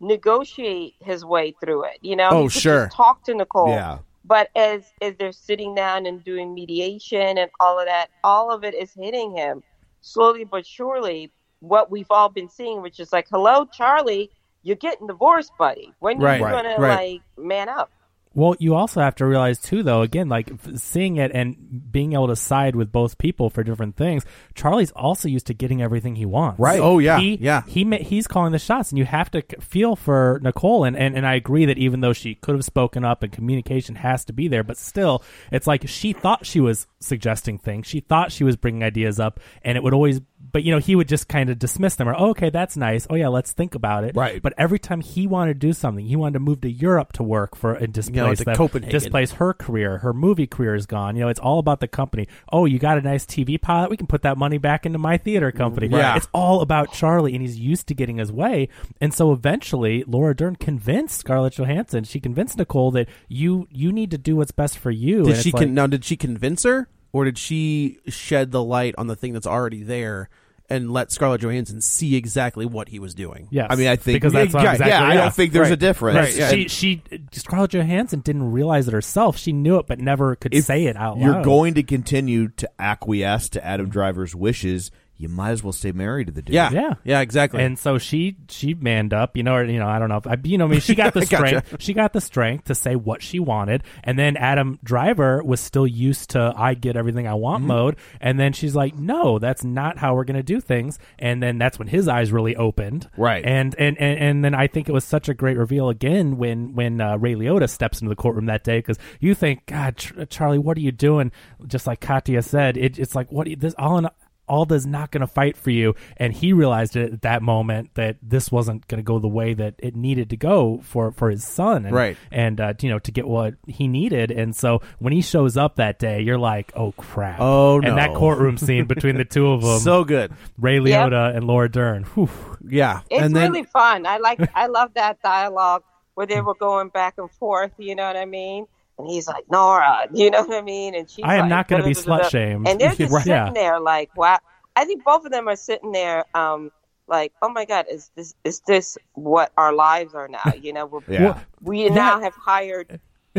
Speaker 4: negotiate his way through it. You know?
Speaker 2: Oh,
Speaker 4: He could
Speaker 2: sure.
Speaker 4: just talk to Nicole.
Speaker 1: Yeah.
Speaker 4: But as as they're sitting down and doing mediation and all of that, all of it is hitting him slowly but surely. What we've all been seeing, which is like, "Hello, Charlie, you're getting divorced, buddy. When are
Speaker 2: Right,
Speaker 4: you
Speaker 2: right,
Speaker 4: gonna
Speaker 2: right.
Speaker 4: like man up?"
Speaker 3: Well, you also have to realize too, though. Again, like f- seeing it and being able to side with both people for different things. Charlie's also used to getting everything he wants.
Speaker 2: Right. Oh, yeah,
Speaker 3: He,
Speaker 2: yeah.
Speaker 3: He ma- he's calling the shots, and you have to c- feel for Nicole. And, and and I agree that even though she could have spoken up, and communication has to be there, but still, it's like she thought she was suggesting things. She thought she was bringing ideas up, and it would always. But you know, he would just kind of dismiss them, or oh, okay, that's nice. Oh yeah, let's think about it.
Speaker 2: Right.
Speaker 3: But every time he wanted to do something, he wanted to move to Europe to work for and displace
Speaker 2: You know, like to
Speaker 3: them,
Speaker 2: Copenhagen.
Speaker 3: displace her career. Her movie career is gone. You know, it's all about the company. Oh, you got a nice TV pilot. We can put that money back into my theater company.
Speaker 2: Yeah.
Speaker 3: It's all about Charlie, and he's used to getting his way. And so eventually, Laura Dern convinced Scarlett Johansson. She convinced Nicole that you you need to do what's best for you. and
Speaker 2: Did
Speaker 3: it's
Speaker 2: she
Speaker 3: like-
Speaker 2: con- now? Did she convince her, or did she shed the light on the thing that's already there and let Scarlett Johansson see exactly what he was doing?
Speaker 3: Yes.
Speaker 1: I mean, I think-
Speaker 3: because that's
Speaker 1: Yeah,
Speaker 3: what-
Speaker 1: yeah,
Speaker 3: exactly,
Speaker 1: yeah, I don't think there's a difference.
Speaker 3: Right,
Speaker 1: Right, yeah.
Speaker 3: She, she, Scarlett Johansson didn't realize it herself. She knew it, but never could
Speaker 1: If
Speaker 3: say it out
Speaker 1: You're
Speaker 3: loud.
Speaker 1: going to continue to acquiesce to Adam Driver's wishes. You might as well stay married to the dude.
Speaker 2: Yeah.
Speaker 3: Yeah.
Speaker 2: Yeah. Exactly.
Speaker 3: And so she she manned up, you know, or you know, I don't know, if I, you know, what I mean, she got the
Speaker 2: Gotcha.
Speaker 3: strength, she got the strength to say what she wanted, and then Adam Driver was still used to I get everything I want
Speaker 2: Mm-hmm.
Speaker 3: mode, and then she's like, no, that's not how we're gonna do things, and then that's when his eyes really opened,
Speaker 1: Right.
Speaker 3: And and and, and then I think it was such a great reveal again when when uh, Ray Liotta steps into the courtroom that day because you think, God, Ch- Charlie, what are you doing? Just like Katya said, it, it's like what this all in Alda's not going to fight for you. And he realized it at that moment that this wasn't going to go the way that it needed to go for, for his son. And,
Speaker 2: Right.
Speaker 3: And, uh, you know, to get what he needed. And so when he shows up that day, you're like, oh, crap.
Speaker 2: Oh, no.
Speaker 3: And that courtroom scene between the two of them,
Speaker 2: so good.
Speaker 3: Ray
Speaker 4: Yep.
Speaker 3: Liotta and Laura Dern. Whew.
Speaker 2: Yeah.
Speaker 4: It's
Speaker 2: and then
Speaker 4: really fun. I like I love that dialogue where
Speaker 3: Mm.
Speaker 4: they were going back and forth, you know what I mean? And he's like, Nora, you know what I mean? And she's
Speaker 3: I am
Speaker 4: like,
Speaker 3: not gonna be
Speaker 4: da-da-da-da-da.
Speaker 3: slut-shamed.
Speaker 4: And they're just
Speaker 3: Right.
Speaker 4: sitting
Speaker 3: Yeah.
Speaker 4: there like, wow. I think both of them are sitting there um like, oh my God, is this is this what our lives are now? You know, we're,
Speaker 1: Yeah. Well,
Speaker 4: we now have hired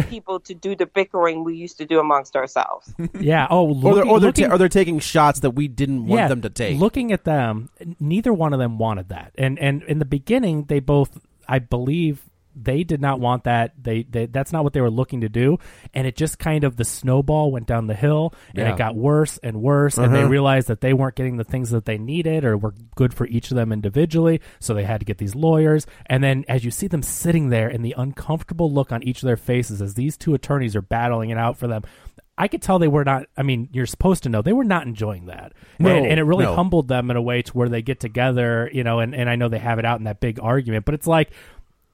Speaker 4: people to do the bickering we used to do amongst ourselves.
Speaker 3: Yeah. Oh,
Speaker 2: or they're,
Speaker 3: looking-
Speaker 2: or, they're
Speaker 3: looking-
Speaker 2: ta- or they're taking shots that we didn't want them to take.
Speaker 3: Looking at them, n- neither one of them wanted that. And and in the beginning, they both, I believe, they did not want that. They, they that's not what they were looking to do. And it just kind of the snowball went down the hill, and it got worse and worse. And they
Speaker 2: Uh-huh.
Speaker 3: realized that they weren't getting the things that they needed, or were good for each of them individually. So they had to get these lawyers. And then as you see them sitting there, and the uncomfortable look on each of their faces as these two attorneys are battling it out for them. I could tell they were not. I mean, you're supposed to know they were not enjoying that,
Speaker 2: No,
Speaker 3: and, and it really
Speaker 2: no.
Speaker 3: humbled them in a way to where they get together, you know. And, and I know they have it out in that big argument, but it's like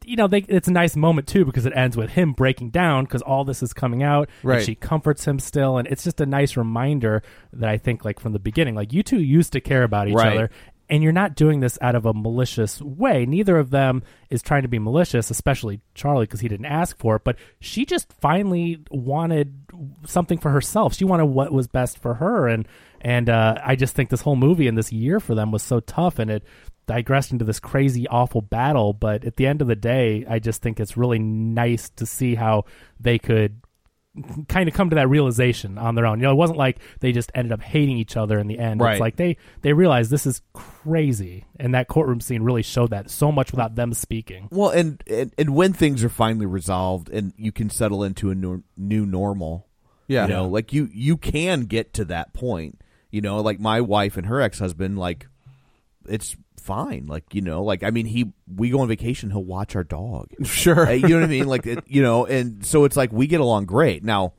Speaker 3: you know, they, it's a nice moment too because it ends with him breaking down because all this is coming out. and
Speaker 2: Right.
Speaker 3: she comforts him still, and it's just a nice reminder that I think, like from the beginning, like you two used to care about each
Speaker 1: Right.
Speaker 3: other, and you're not doing this out of a malicious way. Neither of them is trying to be malicious, especially Charlie because he didn't ask for it. But she just finally wanted something for herself. She wanted what was best for her, and and uh, I just think this whole movie and this year for them was so tough, and it digressed into this crazy, awful battle. But at the end of the day, I just think it's really nice to see how they could kind of come to that realization on their own. You know, it wasn't like they just ended up hating each other in the end.
Speaker 1: Right.
Speaker 3: It's like they they realized this is crazy, and that courtroom scene really showed that so much without them speaking.
Speaker 1: Well, and, and and when things are finally resolved and you can settle into a new, new normal,
Speaker 2: Yeah.
Speaker 1: you know, like you you can get to that point, you know, like my wife and her ex husband, like it's fine, like you know, like I mean, he we go on vacation, he'll watch our dog,
Speaker 2: Sure.
Speaker 1: Uh, you know what I mean, like it, you know, and so it's like we get along great. Now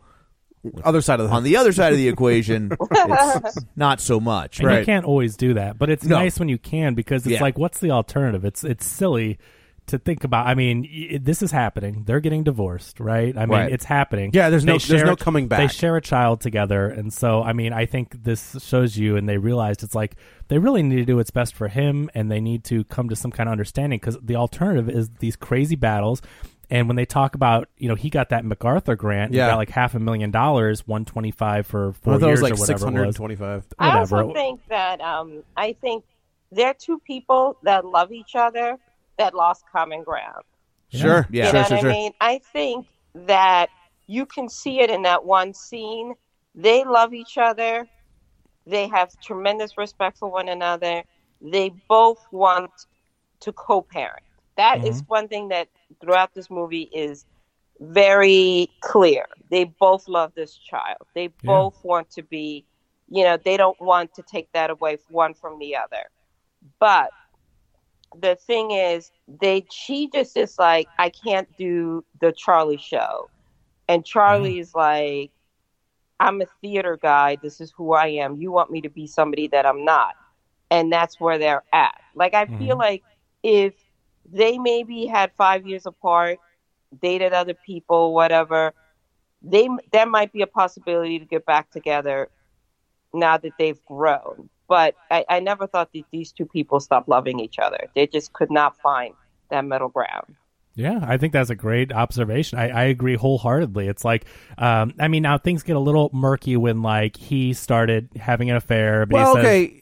Speaker 2: Other side of the
Speaker 1: on the other side of the equation, it's not so much,
Speaker 3: And
Speaker 1: right?
Speaker 3: you can't always do that, but it's
Speaker 1: No.
Speaker 3: nice when you can because it's
Speaker 1: Yeah.
Speaker 3: like, what's the alternative? It's it's silly to think about. I mean, y- this is happening. They're getting divorced, right? I mean,
Speaker 1: Right.
Speaker 3: it's happening.
Speaker 2: Yeah, there's no-
Speaker 3: They
Speaker 2: there's
Speaker 3: share-
Speaker 2: no coming back.
Speaker 3: They share a child together, and so I mean, I think this shows you, and they realized it's like they really need to do what's best for him, and they need to come to some kind of understanding because the alternative is these crazy battles. And when they talk about, you know, he got that MacArthur grant, he
Speaker 2: Yeah.
Speaker 3: got like half a million dollars, one twenty five for four
Speaker 2: I thought it
Speaker 3: years
Speaker 2: was like
Speaker 3: or whatever it was.
Speaker 2: 625.
Speaker 4: I
Speaker 3: Whatever.
Speaker 4: also think that um, I think they're two people that love each other that lost common ground.
Speaker 2: Sure.
Speaker 1: Yeah.
Speaker 4: you
Speaker 2: Sure,
Speaker 4: know
Speaker 2: sure,
Speaker 4: what
Speaker 2: sure.
Speaker 4: I mean? I think that you can see it in that one scene. They love each other. They have tremendous respect for one another. They both want to co-parent. That is
Speaker 2: Mm-hmm.
Speaker 4: one thing that throughout this movie is very clear. They both love this child. They both want to be, you know, they don't want to take that away one from the other. But the thing is, they she just is like, I can't do the Charlie show, and Charlie is like, I'm a theater guy. This is who I am. You want me to be somebody that I'm not, and that's where they're at. Like I feel like if they maybe had five years apart, dated other people, whatever, they there might be a possibility to get back together now that they've grown. But I, I never thought that these two people stopped loving each other. They just could not find that middle ground.
Speaker 3: Yeah, I think that's a great observation. I, I agree wholeheartedly. It's like, um, I mean, now things get a little murky when like he started having an affair. But he
Speaker 2: Well,
Speaker 3: says-
Speaker 2: okay.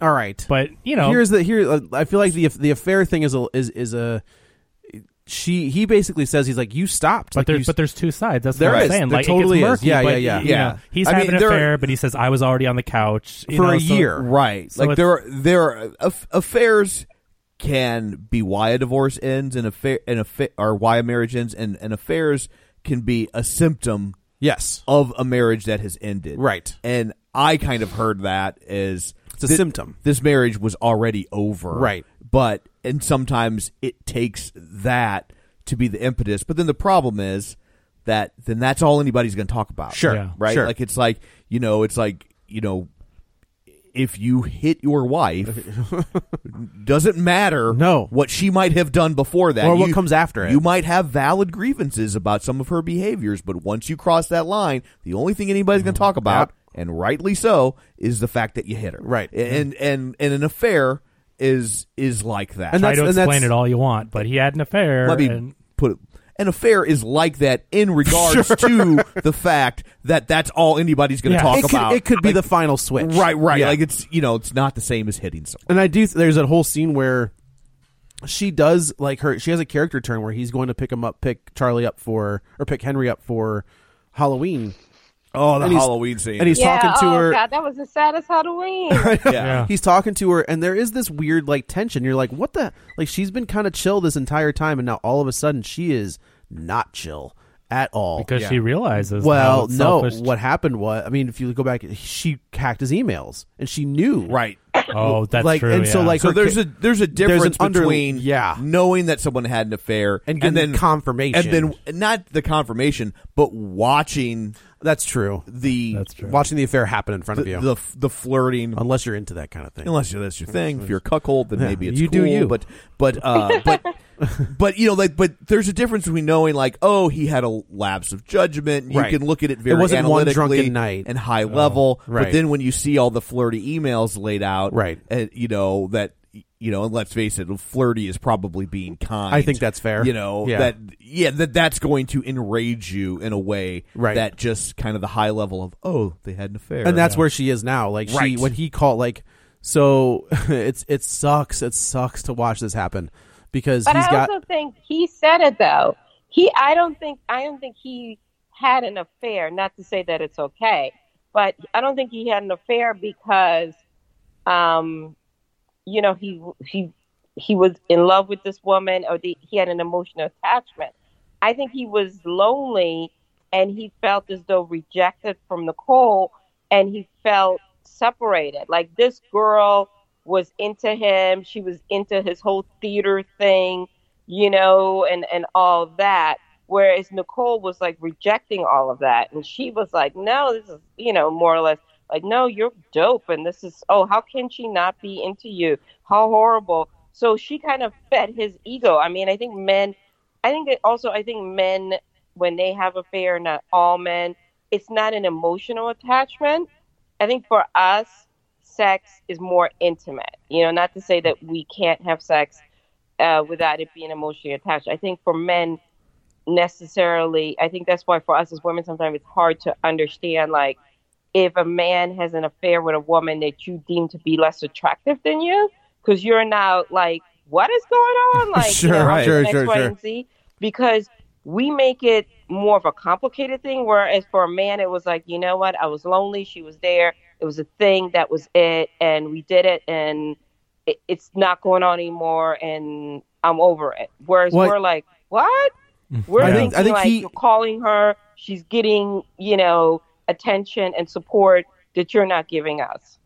Speaker 2: All right.
Speaker 3: but you know,
Speaker 2: here's the here. uh, I feel like the the affair thing is a is is a. She he basically says he's like you stopped.
Speaker 3: but
Speaker 2: like, you
Speaker 3: there's
Speaker 2: s-
Speaker 3: but there's two sides. That's
Speaker 2: There
Speaker 3: what I'm
Speaker 2: is.
Speaker 3: saying.
Speaker 2: There
Speaker 3: like
Speaker 2: totally
Speaker 3: it
Speaker 2: is.
Speaker 3: gets murky.
Speaker 2: Yeah,
Speaker 3: but,
Speaker 2: yeah, yeah.
Speaker 3: you know,
Speaker 1: Yeah.
Speaker 3: he's
Speaker 1: I mean,
Speaker 3: having an
Speaker 1: there are-
Speaker 3: affair, but he says I was already on the couch you
Speaker 2: For
Speaker 3: know,
Speaker 2: a
Speaker 3: so-
Speaker 2: year.
Speaker 1: right?
Speaker 3: So
Speaker 1: like
Speaker 3: it's-
Speaker 1: there are there are, aff- affairs can be why a divorce ends, and affair and affair or why a marriage ends, and, and affairs can be a symptom
Speaker 2: yes,
Speaker 1: of a marriage that has ended,
Speaker 2: Right.
Speaker 1: And I kind of heard that as
Speaker 2: It's a
Speaker 1: thi-
Speaker 2: symptom.
Speaker 1: This marriage was already over,
Speaker 2: Right.
Speaker 1: But and sometimes it takes that to be the impetus. But then the problem is that then that's all anybody's going to talk about,
Speaker 2: Sure. Yeah.
Speaker 1: right?
Speaker 2: Sure.
Speaker 1: Like it's like you know, it's like you know. If you hit your wife, doesn't matter
Speaker 2: No.
Speaker 1: what she might have done before that
Speaker 2: Or what
Speaker 1: You-
Speaker 2: comes after it.
Speaker 1: You might have valid grievances about some of her behaviors, but once you cross that line, the only thing anybody's
Speaker 2: Mm-hmm.
Speaker 1: going to talk about, and rightly so, is the fact that you hit her.
Speaker 2: Right.
Speaker 1: And and and an affair is is like that.
Speaker 2: And
Speaker 3: Try
Speaker 2: that's-
Speaker 3: to
Speaker 2: that's-
Speaker 3: explain it all you want, but he had an affair.
Speaker 1: Let me
Speaker 3: and-
Speaker 1: put it. An affair is like that in regards to the fact that that's all anybody's going to
Speaker 3: Yeah.
Speaker 1: talk
Speaker 2: it could,
Speaker 1: about.
Speaker 2: it could be the final switch.
Speaker 1: right, right.
Speaker 2: Yeah.
Speaker 1: Like it's you know it's not the same as hitting someone.
Speaker 2: and I do. There's that whole scene where she does like her. She has a character turn where he's going to pick him up, pick Charlie up for, or pick Henry up for Halloween.
Speaker 1: Oh,
Speaker 2: the Halloween And he's talking to
Speaker 4: oh,
Speaker 2: her.
Speaker 4: God, that was the saddest Halloween.
Speaker 1: yeah.
Speaker 2: He's talking to her, and there is this weird like tension. You're like, what the? Like she's been kind of chill this entire time, and now all of a sudden she is not chill at all.
Speaker 3: because she realizes.
Speaker 2: well,
Speaker 3: how
Speaker 2: no.
Speaker 3: selfish-
Speaker 2: What happened was, I mean, if you go back, she hacked his emails, and she knew,
Speaker 1: right.
Speaker 3: Oh, that's
Speaker 2: like,
Speaker 3: true.
Speaker 2: and so
Speaker 3: yeah.
Speaker 2: like,
Speaker 1: So
Speaker 2: her
Speaker 1: there's
Speaker 2: ca-
Speaker 1: a there's a
Speaker 2: There's an
Speaker 1: difference
Speaker 2: under-
Speaker 1: between
Speaker 2: yeah.
Speaker 1: knowing that someone had an affair
Speaker 2: And getting
Speaker 1: then
Speaker 2: confirmation.
Speaker 1: and then not the confirmation, but watching
Speaker 2: that's true.
Speaker 1: the
Speaker 3: That's true.
Speaker 2: Watching the affair happen in front
Speaker 1: the,
Speaker 2: of you,
Speaker 1: the the flirting.
Speaker 2: unless you're into that kind of thing.
Speaker 1: Unless you that's your thing, if you're a cuckold, then maybe it's
Speaker 2: you do
Speaker 1: cool,
Speaker 2: you.
Speaker 1: But but uh, but but you know, like, but there's a difference between knowing, like, oh, he had a lapse of judgment. and You
Speaker 2: Right.
Speaker 1: can look at it
Speaker 2: It
Speaker 1: very
Speaker 2: wasn't one
Speaker 1: analytically
Speaker 2: drunken night. Oh,
Speaker 1: and high level. But
Speaker 2: right.
Speaker 1: then when you see all the flirty emails laid out,
Speaker 2: Right.
Speaker 1: and you know that. You know, and let's face it, flirty is probably being kind.
Speaker 2: I think that's fair.
Speaker 1: You know
Speaker 2: Yeah.
Speaker 1: that, yeah, that that's going to enrage you in a way
Speaker 2: Right.
Speaker 1: that just kind of the high level of oh, they had an affair,
Speaker 2: and that's where she is now. Like she
Speaker 1: Right.
Speaker 2: when he called like so it's it sucks. It sucks to watch this happen because
Speaker 4: But
Speaker 2: he's
Speaker 4: I
Speaker 2: got
Speaker 4: also think he said it though. He, I don't think, I don't think he had an affair. Not to say that it's okay, but I don't think he had an affair because, um, you know, he he he was in love with this woman, or the, he had an emotional attachment. I think he was lonely, and he felt as though rejected from Nicole, and he felt separated. Like this girl was into him. She was into his whole theater thing, you know, and and all that. Whereas Nicole was like rejecting all of that, and she was like, "No, this is you know more or less like, no, you're dope, and this is oh, how can she not be into you? How horrible!" So she kind of fed his ego. I mean, I think men, I think that also, I think men when they have affair, not all men, it's not an emotional attachment. I think for us, sex is more intimate. You know, not to say that we can't have sex uh, without it being emotionally attached. I think for men, necessarily, I think that's why for us as women, sometimes it's hard to understand, like, if a man has an affair with a woman that you deem to be less attractive than you, because you're now like, what is going on? Like,
Speaker 2: Sure,
Speaker 4: you know,
Speaker 2: right. Sure,
Speaker 4: X,
Speaker 2: sure,
Speaker 4: Y,
Speaker 2: sure.
Speaker 4: and Z. Because we make it more of a complicated thing, whereas for a man, it was like, you know what? I was lonely. She was there. It was a thing. That was it. And we did it. And it, it's not going on anymore. And I'm over it. Whereas
Speaker 2: Well, I-
Speaker 4: we're like, what? We're
Speaker 2: Mm. I think-
Speaker 4: thinking
Speaker 2: I think
Speaker 4: like
Speaker 2: he-
Speaker 4: you're calling her. She's getting, you know, attention and support that you're not giving us.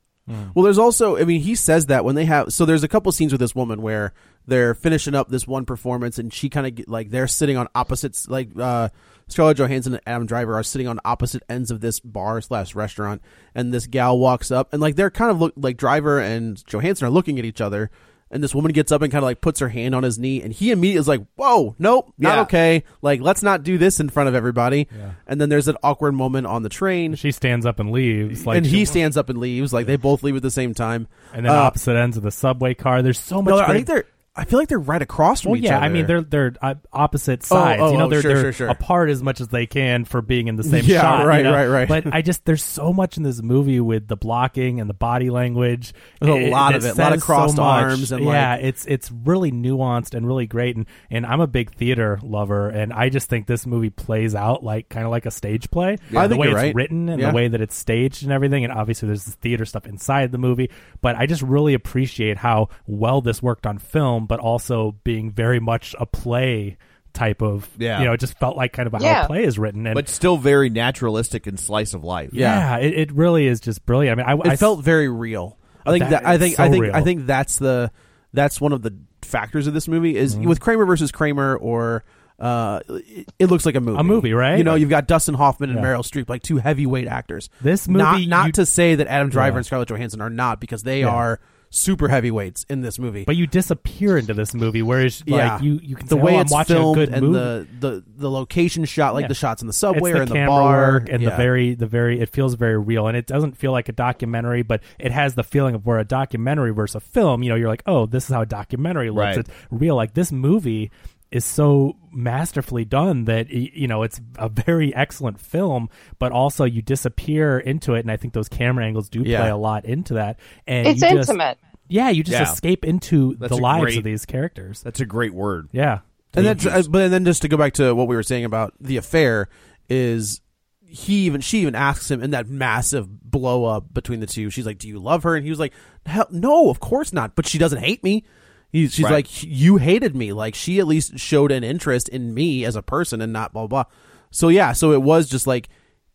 Speaker 2: Well, there's also, I mean, he says that when they have, so there's a couple scenes with this woman where they're finishing up this one performance and she kind of like, they're sitting on opposites, like, uh, Scarlett Johansson and Adam Driver are sitting on opposite ends of this bar slash restaurant. And this gal walks up and like, they're kind of look like Driver and Johansson are looking at each other. And this woman gets up and kind of like puts her hand on his knee and he immediately is like, whoa, nope, not
Speaker 1: Yeah.
Speaker 2: okay. Like, let's not do this in front of everybody. And then there's an awkward moment on the train.
Speaker 3: She stands up and leaves. Like
Speaker 2: and
Speaker 3: she-
Speaker 2: he stands up and leaves. Like they both leave at the same time.
Speaker 3: and then
Speaker 2: Uh,
Speaker 3: opposite ends of the subway car. There's so much.
Speaker 2: no, I
Speaker 3: great-
Speaker 2: think they're. I feel like they're right across from
Speaker 3: Well,
Speaker 2: each
Speaker 3: yeah,
Speaker 2: other.
Speaker 3: I mean they're they're uh, opposite sides.
Speaker 2: oh,
Speaker 3: you know,
Speaker 2: oh,
Speaker 3: they're,
Speaker 2: sure,
Speaker 3: they're
Speaker 2: sure, sure.
Speaker 3: apart as much as they can for being in the same
Speaker 2: Yeah,
Speaker 3: shot. you
Speaker 2: right,
Speaker 3: know?
Speaker 2: right, right.
Speaker 3: But I just there's so much in this movie with the blocking and the body language.
Speaker 2: There's a lot
Speaker 3: that
Speaker 2: of it, a lot of
Speaker 3: says
Speaker 2: crossed
Speaker 3: so much.
Speaker 2: arms and, like-
Speaker 3: yeah, it's it's really nuanced and really great. And and I'm a big theater lover, and I just think this movie plays out like kind of like a stage play.
Speaker 2: I
Speaker 3: the
Speaker 2: think
Speaker 3: way
Speaker 2: you're
Speaker 3: it's
Speaker 2: right.
Speaker 3: written and
Speaker 2: Yeah.
Speaker 3: the way that it's staged and everything. And obviously, there's this theater stuff inside the movie. But I just really appreciate how well this worked on film, but also being very much a play type of.
Speaker 1: Yeah.
Speaker 3: You know, it just felt like kind of how
Speaker 4: Yeah.
Speaker 3: a play is written. And
Speaker 1: but still very naturalistic and slice of life.
Speaker 3: yeah, it, it really is just brilliant. I mean, I,
Speaker 2: It
Speaker 3: I
Speaker 2: felt very real. I think that,
Speaker 3: That
Speaker 2: I
Speaker 3: is
Speaker 2: think
Speaker 3: so
Speaker 2: I think
Speaker 3: real.
Speaker 2: I think that's the that's one of the factors of this movie is
Speaker 3: Mm-hmm.
Speaker 2: with Kramer versus Kramer or. Uh, it, it looks like a movie.
Speaker 3: A movie, right?
Speaker 2: You know, you've got Dustin Hoffman and
Speaker 3: Yeah.
Speaker 2: Meryl Streep, like two heavyweight actors.
Speaker 3: This
Speaker 2: not,
Speaker 3: movie,
Speaker 2: not
Speaker 3: you-
Speaker 2: to say that Adam Driver
Speaker 3: Yeah.
Speaker 2: and Scarlett Johansson are not, because they are super heavyweights in this movie.
Speaker 3: But you disappear into this movie, whereas like you you can
Speaker 2: the
Speaker 3: say,
Speaker 2: way
Speaker 3: oh,
Speaker 2: it's
Speaker 3: I'm watching
Speaker 2: filmed
Speaker 3: a good
Speaker 2: and
Speaker 3: movie.
Speaker 2: the, the the location shot, like
Speaker 3: Yeah.
Speaker 2: the shots in the subway
Speaker 3: it's
Speaker 2: or
Speaker 3: the
Speaker 2: in the
Speaker 3: camera
Speaker 2: bar
Speaker 3: work and
Speaker 2: Yeah.
Speaker 3: the very the very it feels very real and it doesn't feel like a documentary but it has the feeling of where a documentary versus a film you know you're like oh this is how a documentary looks
Speaker 1: Right.
Speaker 3: it's real like this movie is so masterfully done that y- you know it's a very excellent film but also you disappear into it and i think those camera angles do
Speaker 2: Yeah.
Speaker 3: play a lot into that and
Speaker 4: It's
Speaker 3: you just-
Speaker 4: intimate.
Speaker 3: yeah you just
Speaker 1: Yeah.
Speaker 3: escape into
Speaker 1: That's
Speaker 3: the
Speaker 1: a
Speaker 3: lives
Speaker 1: great-
Speaker 3: of these characters
Speaker 1: That's a great word.
Speaker 3: yeah
Speaker 2: and that's uh, but then just to go back to what we were saying about the affair is he even she even asks him in that massive blow up between the two she's like do you love her and he was like Hell, no of course not but she doesn't hate me he, she's
Speaker 1: Right.
Speaker 2: like you hated me like she at least showed an interest in me as a person and not blah blah, blah. so yeah so it was just like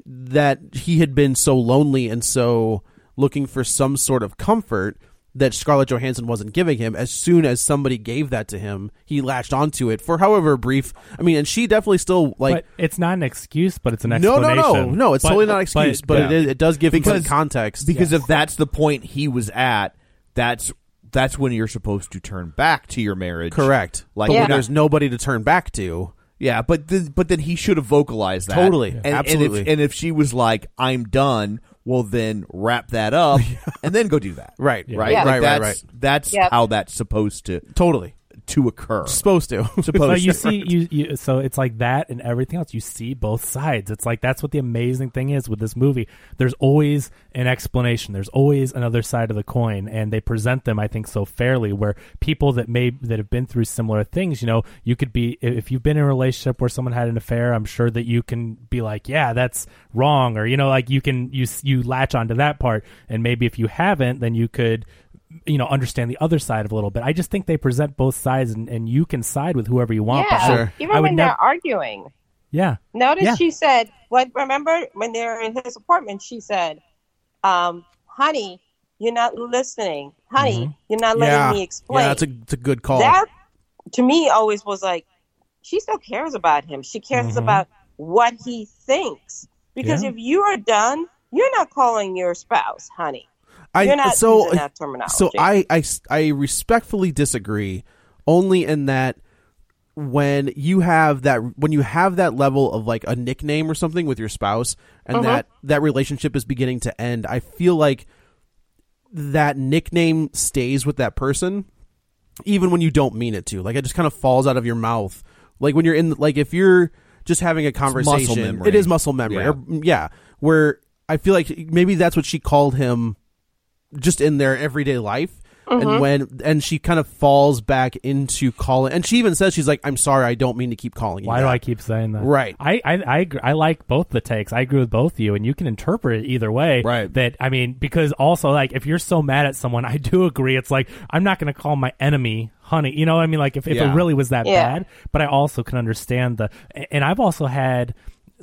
Speaker 2: that he had been so lonely and so looking for some sort of comfort that Scarlett Johansson wasn't giving him. As soon as somebody gave that to him, he latched onto it for however brief. I mean, and she definitely still like
Speaker 3: but it's not an excuse, but it's an
Speaker 2: no, no,
Speaker 3: explanation.
Speaker 2: no, no. It's
Speaker 3: But-
Speaker 2: totally not an excuse, but,
Speaker 1: yeah.
Speaker 2: it is, it does give him some
Speaker 1: Because-
Speaker 2: context.
Speaker 1: Because if that's the point he was at, that's that's when you're supposed to turn back to your marriage.
Speaker 2: Correct.
Speaker 1: Like
Speaker 2: but
Speaker 1: yeah.
Speaker 2: when there's nobody to turn back to,
Speaker 1: yeah, but th- but then he should have vocalized that
Speaker 2: Totally.
Speaker 1: And,
Speaker 2: Absolutely.
Speaker 1: And if, and if she was like, "I'm done," well, then wrap that up and then go do that.
Speaker 2: Right.
Speaker 1: Right.
Speaker 2: Yeah.
Speaker 1: Like,
Speaker 2: Right, right,
Speaker 1: That's,
Speaker 2: right.
Speaker 1: That's
Speaker 4: Yep.
Speaker 1: how that's supposed to
Speaker 2: totally
Speaker 1: to occur.
Speaker 2: supposed to.
Speaker 1: Supposed.
Speaker 3: But you
Speaker 1: to.
Speaker 3: see, you, you so it's like that and everything else. You see both sides. It's like that's what the amazing thing is with this movie. There's always an explanation. There's always another side of the coin, and they present them, I think, so fairly. Where people that may that have been through similar things, you know, you could be if if you've been in a relationship where someone had an affair, I'm sure that you can be like, yeah, that's wrong, or you know, like you can you s- you latch onto that part, and maybe if you haven't, then you could you know understand the other side of a little bit. I just think they present both sides, and, and you can side with whoever you want.
Speaker 4: yeah,
Speaker 3: but I-
Speaker 4: even
Speaker 3: I would
Speaker 4: when
Speaker 3: nev-
Speaker 4: they're arguing.
Speaker 3: yeah,
Speaker 4: Notice
Speaker 3: Yeah.
Speaker 4: she said, "What? Remember when they were in his apartment? She said, um, honey, you're not listening. Honey,
Speaker 3: Mm-hmm.
Speaker 4: you're not letting
Speaker 2: yeah.
Speaker 4: me
Speaker 2: yeah,
Speaker 4: explain.'
Speaker 2: that's a, it's a good call.
Speaker 4: that to me always was like she still cares about him she cares about what he thinks because
Speaker 3: Mm-hmm. Yeah.
Speaker 4: if you are done you're not calling your spouse honey
Speaker 2: I
Speaker 4: you're not
Speaker 2: so
Speaker 4: using that terminology
Speaker 2: so I, I s- I respectfully disagree, only in that when you have that when you have that level of like a nickname or something with your spouse, and
Speaker 1: Uh-huh.
Speaker 2: that that relationship is beginning to end, I feel like that nickname stays with that person, even when you don't mean it to. Like it just kind of falls out of your mouth. Like when you're in, like if you're just having a
Speaker 1: muscle
Speaker 2: conversation,
Speaker 1: memory.
Speaker 2: it is muscle memory.
Speaker 1: Yeah.
Speaker 2: Or, yeah, where I feel like maybe that's what she called him just in their everyday life. And
Speaker 1: Uh-huh.
Speaker 2: when and she kind of falls back into calling, and she even says she's like, "I'm sorry, I don't mean to keep calling you."
Speaker 3: Why do
Speaker 2: that."
Speaker 3: I keep saying that?
Speaker 2: Right.
Speaker 3: I, I I agree- I like both the takes. I agree with both of you, and you can interpret it either way.
Speaker 1: Right.
Speaker 3: That I mean, because also like if you're so mad at someone, I do agree. It's like I'm not going to call my enemy honey. You know what I mean? Like if, if
Speaker 1: Yeah.
Speaker 3: it really was that
Speaker 4: Yeah.
Speaker 3: bad, but I also can understand the. And I've also had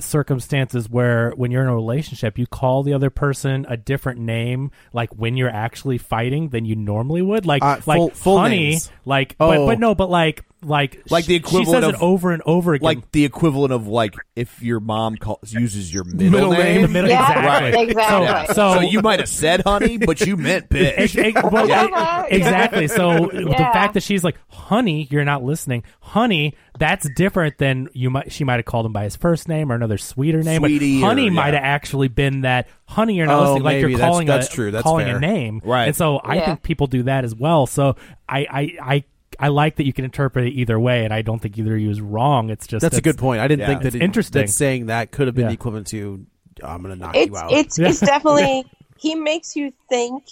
Speaker 3: circumstances where when you're in a relationship you call the other person a different name like when you're actually fighting than you normally would like
Speaker 2: Uh,
Speaker 3: like
Speaker 2: full- full
Speaker 3: honey
Speaker 2: names.
Speaker 3: like
Speaker 2: Oh.
Speaker 3: but, but no but like like
Speaker 1: Like the
Speaker 3: she- she
Speaker 1: equivalent
Speaker 3: says
Speaker 1: of-
Speaker 3: it over and over again
Speaker 1: like the equivalent of like if your mom calls uses your middle,
Speaker 2: Middle name.
Speaker 3: the middle,
Speaker 4: Yeah,
Speaker 3: exactly.
Speaker 4: exactly. Yeah.
Speaker 3: So, so,
Speaker 1: So you might have said honey, but you meant bitch.
Speaker 3: Ex- ex- E-, well,
Speaker 4: Yeah.
Speaker 3: e- exactly. So the
Speaker 4: Yeah.
Speaker 3: fact that she's like, "Honey, you're not listening." Honey, that's different than you might. She might have called him by his first name or another sweeter name. but
Speaker 1: Sweetie or-
Speaker 3: honey
Speaker 1: yeah.
Speaker 3: might have actually been that. Honey, you're not
Speaker 2: Oh,
Speaker 3: listening. Like
Speaker 2: maybe.
Speaker 3: you're
Speaker 2: That's-
Speaker 3: calling
Speaker 2: that's
Speaker 3: a
Speaker 2: true. That's
Speaker 3: calling
Speaker 2: fair.
Speaker 3: a name.
Speaker 1: Right.
Speaker 3: And so I
Speaker 4: Yeah.
Speaker 3: think people do that as well. So I I. I I like that you can interpret it either way, and I don't think either of you is wrong. It's just
Speaker 2: That's a
Speaker 3: it's-
Speaker 2: good point. I didn't
Speaker 1: Yeah.
Speaker 2: think that
Speaker 3: It's
Speaker 2: it-
Speaker 3: interesting.
Speaker 2: that saying that could have been
Speaker 3: Yeah.
Speaker 2: the equivalent to "I'm going to knock you
Speaker 4: it's
Speaker 2: out."
Speaker 4: it's it's definitely he makes you think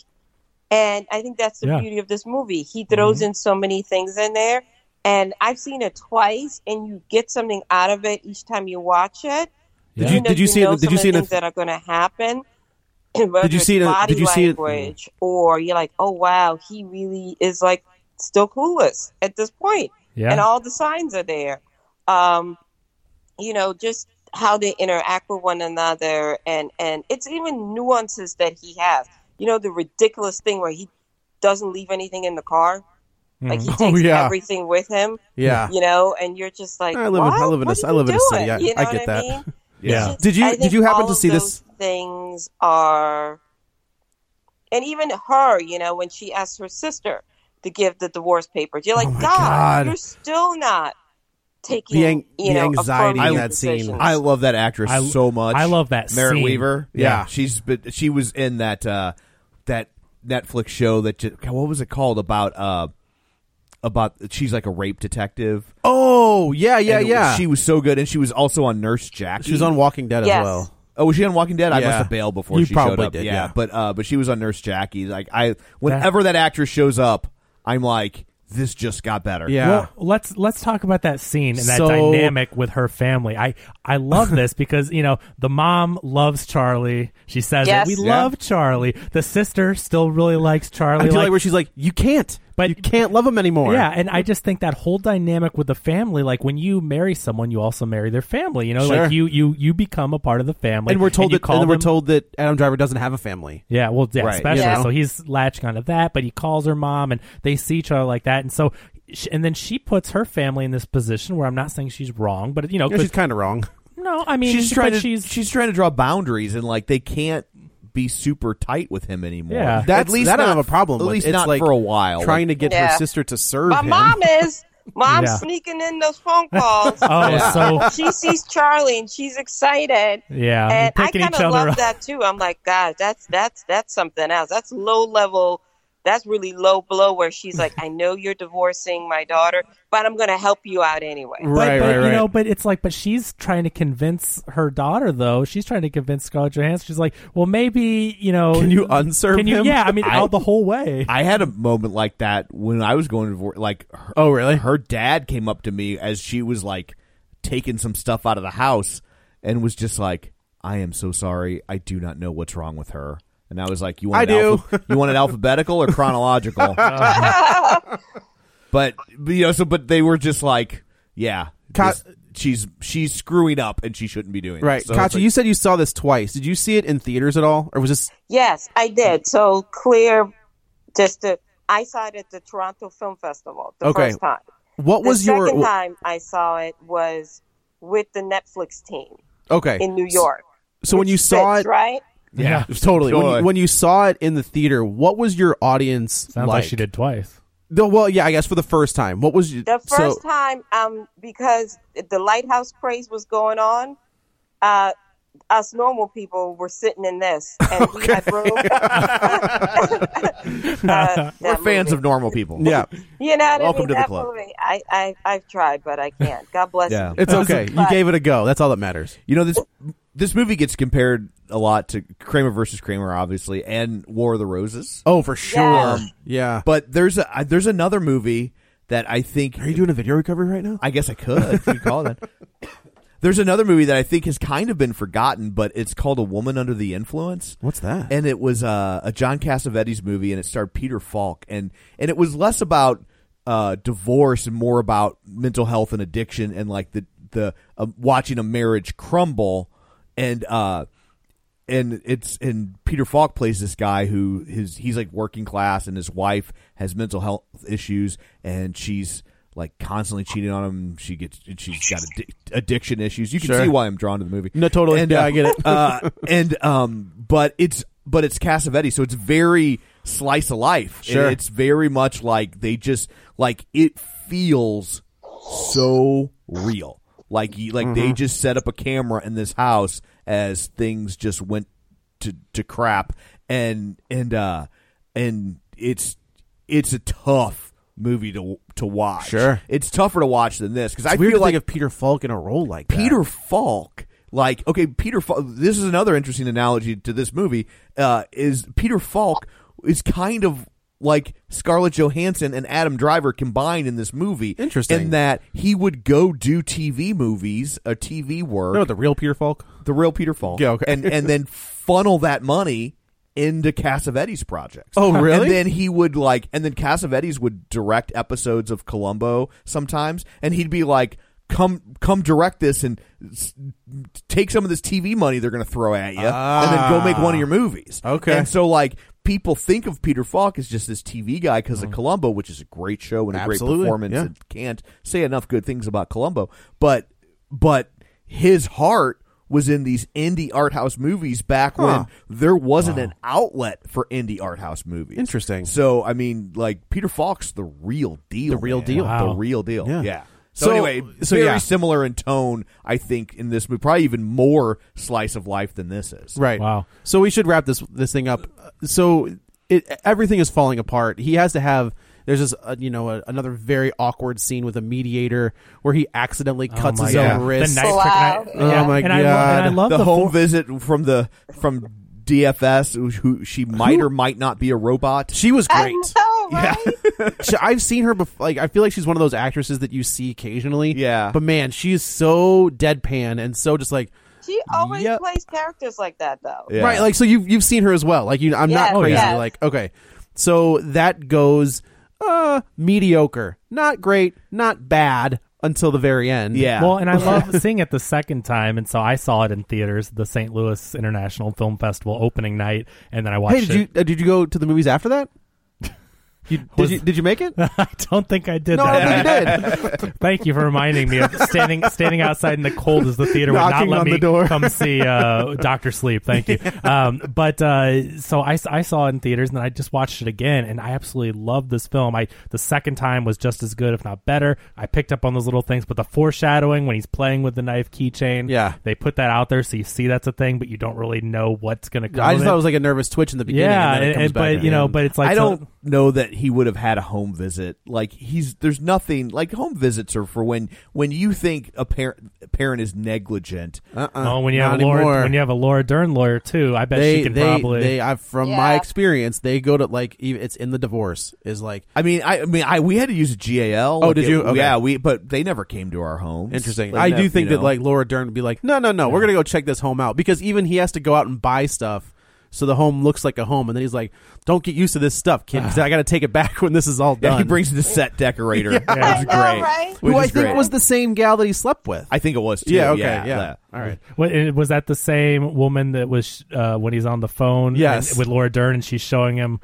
Speaker 4: and i think that's the
Speaker 3: Yeah.
Speaker 4: beauty of this movie he
Speaker 2: Mm-hmm.
Speaker 4: throws in so many things in there and i've seen it twice and you get something out of it each time you watch it
Speaker 2: Did
Speaker 3: Yeah.
Speaker 2: you
Speaker 4: know,
Speaker 2: did you see
Speaker 4: know
Speaker 2: did you
Speaker 4: some
Speaker 2: see
Speaker 4: of the
Speaker 2: an
Speaker 4: things that are going to happen? whether
Speaker 2: Did you
Speaker 4: it's
Speaker 2: see it in-
Speaker 4: body
Speaker 2: did you see it-
Speaker 4: language, or you're like, oh wow, he really is like still clueless at this point,
Speaker 3: Yeah.
Speaker 4: and all the signs are there. Um, you know, just how they interact with one another, and and it's even nuances that he has. You know, the ridiculous thing where he doesn't leave anything in the car, like he
Speaker 2: Mhm.
Speaker 4: takes
Speaker 2: Oh, yeah.
Speaker 4: everything with him
Speaker 2: yeah.
Speaker 4: you know, and you're just like,
Speaker 2: I live in- I
Speaker 4: "What?
Speaker 2: live in a-
Speaker 4: What are
Speaker 2: I live
Speaker 4: you
Speaker 2: in a city.
Speaker 4: doing?"
Speaker 2: I-
Speaker 4: You
Speaker 2: I
Speaker 4: know
Speaker 2: get
Speaker 4: what
Speaker 2: that.
Speaker 4: mean?
Speaker 3: Yeah.
Speaker 4: It's just-
Speaker 2: Did you-
Speaker 4: I
Speaker 2: did
Speaker 4: think
Speaker 2: you happen
Speaker 4: all
Speaker 2: to
Speaker 4: of
Speaker 2: see this-
Speaker 4: those Things are, and even her, you know, when she asked her sister to give the divorce papers, you're like,
Speaker 2: Oh my
Speaker 4: God,
Speaker 2: God.
Speaker 4: you're still not taking
Speaker 2: The ang-
Speaker 4: you
Speaker 2: the
Speaker 4: know
Speaker 2: anxiety in
Speaker 4: affirmative
Speaker 2: that scene.
Speaker 4: decisions.
Speaker 1: I love that actress
Speaker 3: I-
Speaker 1: so much.
Speaker 3: I love that
Speaker 1: Merritt
Speaker 3: scene.
Speaker 1: Weaver.
Speaker 2: Yeah.
Speaker 1: she's but she was in that uh, that Netflix show that ju- God, what was it called about uh, about she's like a rape detective.
Speaker 2: Oh yeah yeah
Speaker 1: And it-
Speaker 2: yeah.
Speaker 1: She was so good, and she was also on Nurse Jackie.
Speaker 2: she was on Walking Dead
Speaker 4: Yes.
Speaker 2: as well.
Speaker 1: Oh, was she on Walking Dead? I
Speaker 2: Yeah.
Speaker 1: must have bailed before
Speaker 2: You
Speaker 1: she showed
Speaker 2: probably
Speaker 1: up.
Speaker 2: did,
Speaker 1: yeah.
Speaker 2: yeah.
Speaker 1: but uh, but she was on Nurse Jackie. Like I, whenever that, actress shows up, I'm like, this just got better.
Speaker 2: Yeah.
Speaker 3: Well, let's let's talk about that scene and that
Speaker 2: So-
Speaker 3: dynamic with her family. I I love this because you know the mom loves Charlie. She says
Speaker 4: Yes.
Speaker 3: it. we
Speaker 1: Yeah.
Speaker 3: love Charlie. The sister still really likes
Speaker 2: I
Speaker 3: Charlie.
Speaker 2: feel like,
Speaker 3: Like,
Speaker 2: where she's like, you can't,
Speaker 3: But-
Speaker 2: you can't love him anymore.
Speaker 3: yeah, and I just think that whole dynamic with the family, like when you marry someone, you also marry their family. You know,
Speaker 2: Sure.
Speaker 3: like you you you become a part of the family,
Speaker 2: and we're told
Speaker 3: you
Speaker 2: that
Speaker 3: call
Speaker 2: and then we're
Speaker 3: them-
Speaker 2: told that Adam Driver doesn't have a family.
Speaker 3: Yeah, well, yeah,
Speaker 1: Right.
Speaker 3: especially
Speaker 4: Yeah.
Speaker 3: so he's latching onto that, but he calls her mom, and they see each other like that, and so, sh- and then she puts her family in this position where I'm not saying she's wrong, but you know,
Speaker 2: Yeah, she's
Speaker 3: 'cause-
Speaker 2: kind of wrong.
Speaker 3: no, I mean,
Speaker 1: she's trying
Speaker 3: but
Speaker 1: to
Speaker 3: she's
Speaker 1: she's trying to draw boundaries, and like they can't be super tight with him anymore.
Speaker 3: Yeah.
Speaker 1: At
Speaker 2: That's-
Speaker 1: least
Speaker 2: that I
Speaker 1: not,
Speaker 2: don't have a problem
Speaker 1: At
Speaker 2: with.
Speaker 1: least
Speaker 2: It's
Speaker 1: not
Speaker 2: like
Speaker 1: for a while.
Speaker 2: trying to get
Speaker 4: Yeah.
Speaker 2: her sister to serve
Speaker 4: My
Speaker 2: him.
Speaker 4: mom is. Mom's
Speaker 3: Yeah.
Speaker 4: sneaking in those phone calls.
Speaker 3: Oh, so
Speaker 4: she sees Charlie and she's excited.
Speaker 3: yeah,
Speaker 4: and I
Speaker 3: picking
Speaker 4: kind
Speaker 3: each
Speaker 4: of
Speaker 3: other
Speaker 4: love
Speaker 3: up.
Speaker 4: that too. I'm like, God, that's that's that's something else. That's low level. That's really low blow. Where she's like, I know you're divorcing my daughter, but I'm going to help you out anyway.
Speaker 2: right,
Speaker 3: but, but,
Speaker 2: right, right.
Speaker 3: You know, but it's like, but she's trying to convince her daughter, though. She's trying to convince Scarlett Johansson. She's like, well, maybe you know,
Speaker 2: can you unserve
Speaker 3: can you-
Speaker 2: him?
Speaker 3: Yeah, I mean,
Speaker 1: I-
Speaker 3: out the whole way.
Speaker 1: I had a moment like that when I was going to divorce. Like, her,
Speaker 2: Oh, really?
Speaker 1: her dad came up to me as she was like taking some stuff out of the house and was just like, "I am so sorry. I do not know what's wrong with her." And I was like, "You want
Speaker 2: I
Speaker 1: it
Speaker 2: do.
Speaker 1: alpha- you want it alphabetical or chronological?" but but, you know, so but they were just like, "Yeah,
Speaker 2: Ka-
Speaker 1: this- she's she's screwing up and she shouldn't be doing
Speaker 2: Right,
Speaker 1: This. So it's
Speaker 2: Katya,
Speaker 1: like-
Speaker 2: you said you saw this twice. Did you see it in theaters at all, or was this?
Speaker 4: Yes, I did. So clear, just to, I saw it at the Toronto Film Festival the
Speaker 2: Okay.
Speaker 4: first time.
Speaker 2: What
Speaker 4: The
Speaker 2: was your?
Speaker 4: second time I saw it was with the Netflix team
Speaker 2: okay,
Speaker 4: in New York.
Speaker 2: So when
Speaker 4: which
Speaker 2: you saw
Speaker 4: fits,
Speaker 2: it,
Speaker 4: right?
Speaker 3: yeah,
Speaker 2: totally. When
Speaker 1: Totally.
Speaker 2: you, when you saw it in the theater, what was your audience
Speaker 3: sounds like she did twice.
Speaker 2: The- well, yeah, I guess for the first time. What was you?
Speaker 4: The
Speaker 2: so,
Speaker 4: first time, um, because the lighthouse craze was going on, uh, us normal people were sitting in this, and we had room. Uh, that
Speaker 1: we're fans
Speaker 4: movie.
Speaker 1: of normal people.
Speaker 2: Yeah,
Speaker 4: You know what I
Speaker 1: Welcome
Speaker 4: mean?
Speaker 1: to the
Speaker 4: That
Speaker 1: club.
Speaker 4: movie, I, I, I've tried, but I can't. God bless
Speaker 1: Yeah.
Speaker 4: you.
Speaker 2: it's okay. You
Speaker 4: But-
Speaker 2: gave it a go. That's all that matters.
Speaker 1: You know this this movie gets compared a lot to Kramer versus Kramer, obviously, and War of the Roses.
Speaker 2: Oh, for sure.
Speaker 4: Yeah.
Speaker 2: Yeah.
Speaker 1: But there's a I- there's another movie that I think
Speaker 2: Are you doing a video recovery right now?
Speaker 1: I guess I could if you call it. that. There's another movie that I think has kind of been forgotten, but it's called A Woman Under the Influence.
Speaker 2: What's that?
Speaker 1: And it was uh, a John Cassavetes movie, and it starred Peter Falk, and and it was less about uh, divorce and more about mental health and addiction, and like the the um, watching a marriage crumble, and uh, and it's and Peter Falk plays this guy who his he's like working class and his wife has mental health issues and she's like constantly cheating on him. She gets she's got addic- addiction issues. You can
Speaker 2: Sure.
Speaker 1: see why I'm drawn to the movie.
Speaker 2: No, totally.
Speaker 1: And,
Speaker 2: Yeah,
Speaker 1: uh,
Speaker 2: I get it.
Speaker 1: uh, and um, but it's but it's Cassavetes, so it's very slice of life. And
Speaker 2: Sure.
Speaker 1: it's very much like they just like it feels so real. Like you, like
Speaker 2: Mm-hmm.
Speaker 1: they just set up a camera in this house as things just went to to crap, and and uh and it's it's a tough movie to to watch.
Speaker 2: Sure.
Speaker 1: it's tougher to watch than this because I
Speaker 2: It's weird
Speaker 1: feel
Speaker 2: to
Speaker 1: like
Speaker 2: think of Peter Falk in a role like that.
Speaker 1: Peter Falk, like okay, Peter. Falk, this is another interesting analogy to this movie. Uh, is Peter Falk is kind of like Scarlett Johansson and Adam Driver combined in this movie.
Speaker 2: Interesting.
Speaker 1: in that he would go do TV movies, a TV work,
Speaker 2: No, the real Peter Falk.
Speaker 1: the real Peter Falk,
Speaker 2: Yeah, okay.
Speaker 1: and and then funnel that money into Cassavetes projects.
Speaker 2: Oh, really?
Speaker 1: And then he would like, and then Cassavetes would direct episodes of Columbo sometimes, and he'd be like, "Come, come, direct this, and s- take some of this TV money they're going to throw at you, and then go make one of your movies."
Speaker 2: Ah. Okay.
Speaker 1: and so like. People think of Peter Falk as just this TV guy because of Columbo, which is a great show and a great
Speaker 2: Mm. Absolutely,
Speaker 1: performance.
Speaker 2: yeah.
Speaker 1: and can't say enough good things about Columbo, but but his heart was in these indie art house movies back
Speaker 2: Huh.
Speaker 1: when there wasn't an outlet for indie art house movies.
Speaker 2: Interesting.
Speaker 1: So I mean, like Peter Falk's the real deal,
Speaker 2: The real
Speaker 1: man.
Speaker 2: deal.
Speaker 3: Wow.
Speaker 1: the real deal.
Speaker 2: Yeah.
Speaker 1: Yeah. So,
Speaker 2: So-
Speaker 1: anyway,
Speaker 2: so
Speaker 1: very
Speaker 2: yeah.
Speaker 1: similar in tone, I think, in this movie. Probably even more slice of life than this is.
Speaker 2: Right.
Speaker 3: Wow.
Speaker 2: So we should wrap this this thing up. So it everything is falling apart. He has to have. There's this, uh, you know, a, another very awkward scene with a mediator where he accidentally cuts
Speaker 3: oh my
Speaker 2: his
Speaker 3: God.
Speaker 2: own wrist.
Speaker 3: The knife
Speaker 4: Wow.
Speaker 3: trick, and
Speaker 2: Oh
Speaker 3: I-
Speaker 1: Um,
Speaker 3: yeah.
Speaker 2: my
Speaker 3: and I, lo- and I
Speaker 2: God.
Speaker 3: love
Speaker 1: The,
Speaker 3: the,
Speaker 1: home
Speaker 3: full-
Speaker 1: visit from the from DFS, who, who she might or might not be a robot.
Speaker 2: she was
Speaker 4: I
Speaker 2: great.
Speaker 4: know, right?
Speaker 2: She- I've seen her before. Like I feel like she's one of those actresses that you see occasionally.
Speaker 1: Yeah.
Speaker 2: But man, she is so deadpan and so just like
Speaker 4: She always
Speaker 2: Yep.
Speaker 4: plays characters like that, though.
Speaker 1: Yeah.
Speaker 2: right. Like so you've you've seen her as well. Like you, I'm
Speaker 4: Yes,
Speaker 2: not crazy.
Speaker 4: yes.
Speaker 2: Like okay, so that goes uh mediocre, not great, not bad until the very end.
Speaker 1: Yeah.
Speaker 3: Well, and I love seeing it the second time, and so I saw it in theaters, the St. Louis International Film Festival opening night, and then I
Speaker 2: Hey,
Speaker 3: watched
Speaker 2: did
Speaker 3: it.
Speaker 2: you uh, did you go to the movies after that? You,
Speaker 3: Was-
Speaker 2: did, you, did you make it?
Speaker 3: I don't think I did
Speaker 2: No,
Speaker 3: that.
Speaker 2: I don't think you did.
Speaker 3: Thank you for reminding me of standing standing outside in the cold as the theater would not
Speaker 2: Knocking
Speaker 3: let
Speaker 2: on
Speaker 3: me
Speaker 2: the door.
Speaker 3: come see uh, Doctor Sleep. Thank you. Um, but uh, so I, s- I saw it in theaters and then I just watched it again and I absolutely loved this film. I the second time was just as good, if not better. I picked up on those little things, but the foreshadowing when he's playing with the knife keychain,
Speaker 2: Yeah.
Speaker 3: they put that out there so you see that's a thing, but you don't really know what's going to come.
Speaker 2: I
Speaker 3: of
Speaker 2: just
Speaker 3: it.
Speaker 2: thought it was like a nervous twitch in the beginning.
Speaker 3: yeah,
Speaker 2: and then it
Speaker 3: and-
Speaker 2: comes
Speaker 3: and-
Speaker 2: back
Speaker 3: but you know, but it's like
Speaker 1: I
Speaker 3: so-
Speaker 1: don't know that he would have had a home visit. Like he's there's nothing like home visits are for when when you think a parent a parent is negligent.
Speaker 3: Oh, when you
Speaker 2: uh, Not
Speaker 3: have a Laura,
Speaker 2: anymore.
Speaker 3: when you have a Laura Dern lawyer too, I bet she
Speaker 2: they,
Speaker 3: can
Speaker 2: they,
Speaker 3: probably.
Speaker 2: they, I, from
Speaker 4: Yeah.
Speaker 2: my experience, they go to like even, it's in the divorce is like
Speaker 1: I mean, I, I mean, I we had to use a GAL.
Speaker 2: Oh,
Speaker 1: Like,
Speaker 2: did
Speaker 1: it-
Speaker 2: you? Okay.
Speaker 1: Yeah, we but they never came to our home.
Speaker 2: interesting. I do think that like Laura Dern would be like, no, no, no, we're gonna go check this home out because even he has to go out and buy stuff. So the home looks like a home, and then he's like, "Don't get used to this stuff, kid. 'cause I got to take it back when this is all done."
Speaker 1: yeah, he brings the set decorator. yeah. Which is
Speaker 4: I know,
Speaker 1: great.
Speaker 4: right?
Speaker 1: Which
Speaker 2: who I
Speaker 1: is
Speaker 2: think
Speaker 1: great.
Speaker 2: was the same gal that he slept with.
Speaker 1: I think it was too.
Speaker 2: yeah, okay, yeah,
Speaker 1: yeah.
Speaker 2: all right.
Speaker 3: What, and was that the same woman that was uh, when he's on the phone?
Speaker 2: Yes.
Speaker 3: and- with Laura Dern, and she's showing him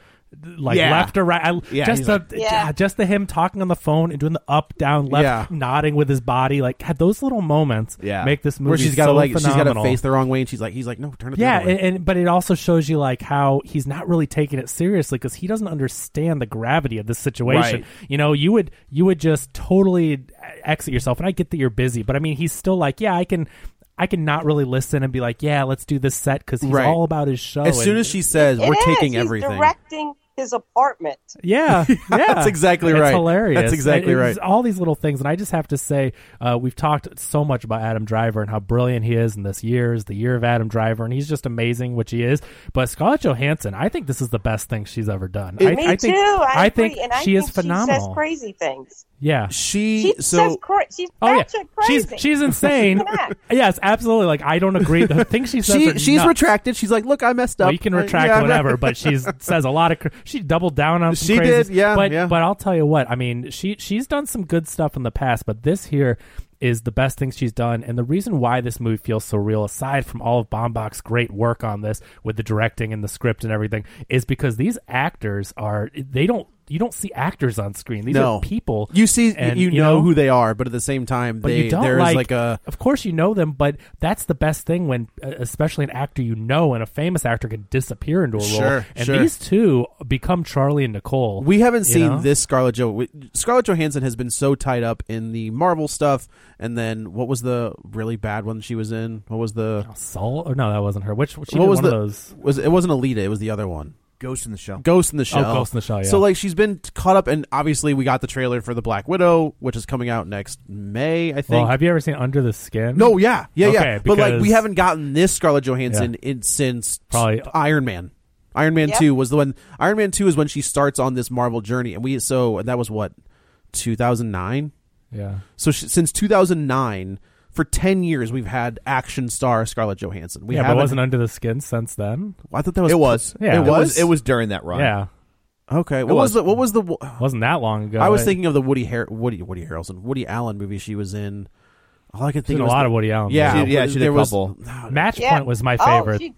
Speaker 3: like
Speaker 1: Yeah.
Speaker 3: left or right. I,
Speaker 1: Yeah,
Speaker 3: just
Speaker 1: he's
Speaker 3: the
Speaker 4: Yeah.
Speaker 3: yeah, just the him talking on the phone and doing the up, down, left,
Speaker 2: Yeah.
Speaker 3: nodding with his body. Like God, those little moments
Speaker 1: Yeah.
Speaker 3: make this movie
Speaker 2: Where she's got to
Speaker 3: so
Speaker 2: like she's got
Speaker 3: phenomenal.
Speaker 2: to face the wrong way, and she's like, he's like, no, turn it. the
Speaker 3: yeah,
Speaker 2: other way."
Speaker 3: and, and but it also shows you like how he's not really taking it seriously because he doesn't understand the gravity of this situation.
Speaker 1: Right.
Speaker 3: You know, you would you would just totally exit yourself, and I get that you're busy, but I mean, he's still like, yeah, I can, I can not really listen and be like, yeah, let's do this set because he's
Speaker 2: Right.
Speaker 3: all about his show.
Speaker 2: as soon
Speaker 3: oh, and-
Speaker 2: as she says,
Speaker 4: It
Speaker 2: "We're
Speaker 4: is.
Speaker 2: taking
Speaker 4: He's
Speaker 2: everything,"
Speaker 4: directing his apartment.
Speaker 3: Yeah, yeah,
Speaker 2: That's exactly
Speaker 3: It's
Speaker 2: right.
Speaker 3: hilarious.
Speaker 2: That's exactly
Speaker 3: And it's
Speaker 2: right.
Speaker 3: All these little things, and I just have to say, uh, we've talked so much about Adam Driver and how brilliant he is, and this year is the year of Adam Driver, and he's just amazing, which he is. But Scarlett Johansson, I think this is the best thing she's ever done. I,
Speaker 4: Me
Speaker 3: I think,
Speaker 4: too. I,
Speaker 3: think
Speaker 4: agree. and I
Speaker 3: she
Speaker 4: think
Speaker 3: is phenomenal.
Speaker 4: She says crazy things.
Speaker 3: Yeah.
Speaker 2: she
Speaker 4: She
Speaker 2: so
Speaker 4: says cra- she's
Speaker 3: Oh yeah,
Speaker 4: batshit crazy.
Speaker 3: she's she's insane.
Speaker 4: Mad.
Speaker 3: yes, absolutely. Like I don't agree. The things she says
Speaker 2: she
Speaker 3: are
Speaker 2: she's
Speaker 3: nuts.
Speaker 2: retracted. She's like, look, I messed up.
Speaker 3: Well, you can
Speaker 2: Uh,
Speaker 3: retract
Speaker 2: yeah,
Speaker 3: whatever, but she says a lot of. Cr- she doubled down on. Some
Speaker 2: She
Speaker 3: crazy-
Speaker 2: did, yeah,
Speaker 3: But
Speaker 2: yeah.
Speaker 3: but I'll tell you what. I mean, she she's done some good stuff in the past, but this here is the best thing she's done. And the reason why this movie feels so real, aside from all of Bombach's great work on this with the directing and the script and everything, is because these actors are they don't you don't see actors on screen. These
Speaker 2: no
Speaker 3: are people.
Speaker 2: You see,
Speaker 3: and,
Speaker 2: you, know, who they are, but at the same time,
Speaker 3: but
Speaker 2: they,
Speaker 3: you don't
Speaker 2: there is
Speaker 3: like,
Speaker 2: like a
Speaker 3: of course you know them but that's the best thing when uh, especially an actor you know and a famous actor can disappear into a role
Speaker 2: Sure,
Speaker 3: and
Speaker 2: sure.
Speaker 3: these two become charlie and nicole
Speaker 2: We haven't
Speaker 3: you
Speaker 2: seen
Speaker 3: know?
Speaker 2: this Scarlett Jo. we- Scarlett Johansson has been so tied up in the Marvel stuff, and then what was the really bad one she was in? What was the
Speaker 3: Saul? Or no, that wasn't her. Which Oh, she
Speaker 2: what
Speaker 3: did
Speaker 2: was
Speaker 3: one
Speaker 2: the
Speaker 3: of those? Oh,
Speaker 2: was it wasn't Alita? It was the other one,
Speaker 1: Ghost in the Shell.
Speaker 2: Ghost in the Shell.
Speaker 3: Ghost in the Shell, yeah.
Speaker 2: So like she's been caught up, and obviously we got the trailer for the Black Widow, which is coming out next May, I
Speaker 3: Well,
Speaker 2: think.
Speaker 3: have you ever seen Under the Skin?
Speaker 2: no, yeah, yeah, yeah.
Speaker 3: Okay,
Speaker 2: But like
Speaker 3: because-
Speaker 2: we haven't gotten this Scarlett Johansson in since
Speaker 3: Probably- uh,
Speaker 2: Iron Man. Iron Man
Speaker 4: Yeah.
Speaker 2: Two was the one. Iron Man Two is when she starts on this Marvel journey, and we so that was what two thousand nine.
Speaker 3: Yeah.
Speaker 2: So sh- since 2009, for 10 years, we've had action star Scarlett Johansson. We
Speaker 3: yeah, but
Speaker 2: haven't-
Speaker 3: wasn't Under the Skin since then.
Speaker 2: I thought that was.
Speaker 1: It was.
Speaker 3: Yeah.
Speaker 1: It
Speaker 3: It
Speaker 1: was.
Speaker 2: was?
Speaker 1: It was during that run.
Speaker 3: Yeah,
Speaker 2: Okay. What was,
Speaker 1: was.
Speaker 2: the? What was the? wo-
Speaker 3: wasn't that long ago?
Speaker 2: I was
Speaker 3: It-
Speaker 2: thinking of the Woody Har- Woody Woody Harrelson Woody Allen movie she was in. All I could
Speaker 3: She's
Speaker 2: think
Speaker 3: in
Speaker 2: of
Speaker 3: a
Speaker 2: was
Speaker 3: lot
Speaker 2: the-
Speaker 3: of Woody Allen.
Speaker 2: Yeah,
Speaker 1: She did- yeah,
Speaker 2: what-
Speaker 1: she did
Speaker 2: there
Speaker 1: a
Speaker 2: was- Oh,
Speaker 1: couple.
Speaker 3: movies. Match
Speaker 4: Yeah.
Speaker 3: Point was my
Speaker 4: Oh,
Speaker 3: favorite.
Speaker 4: she-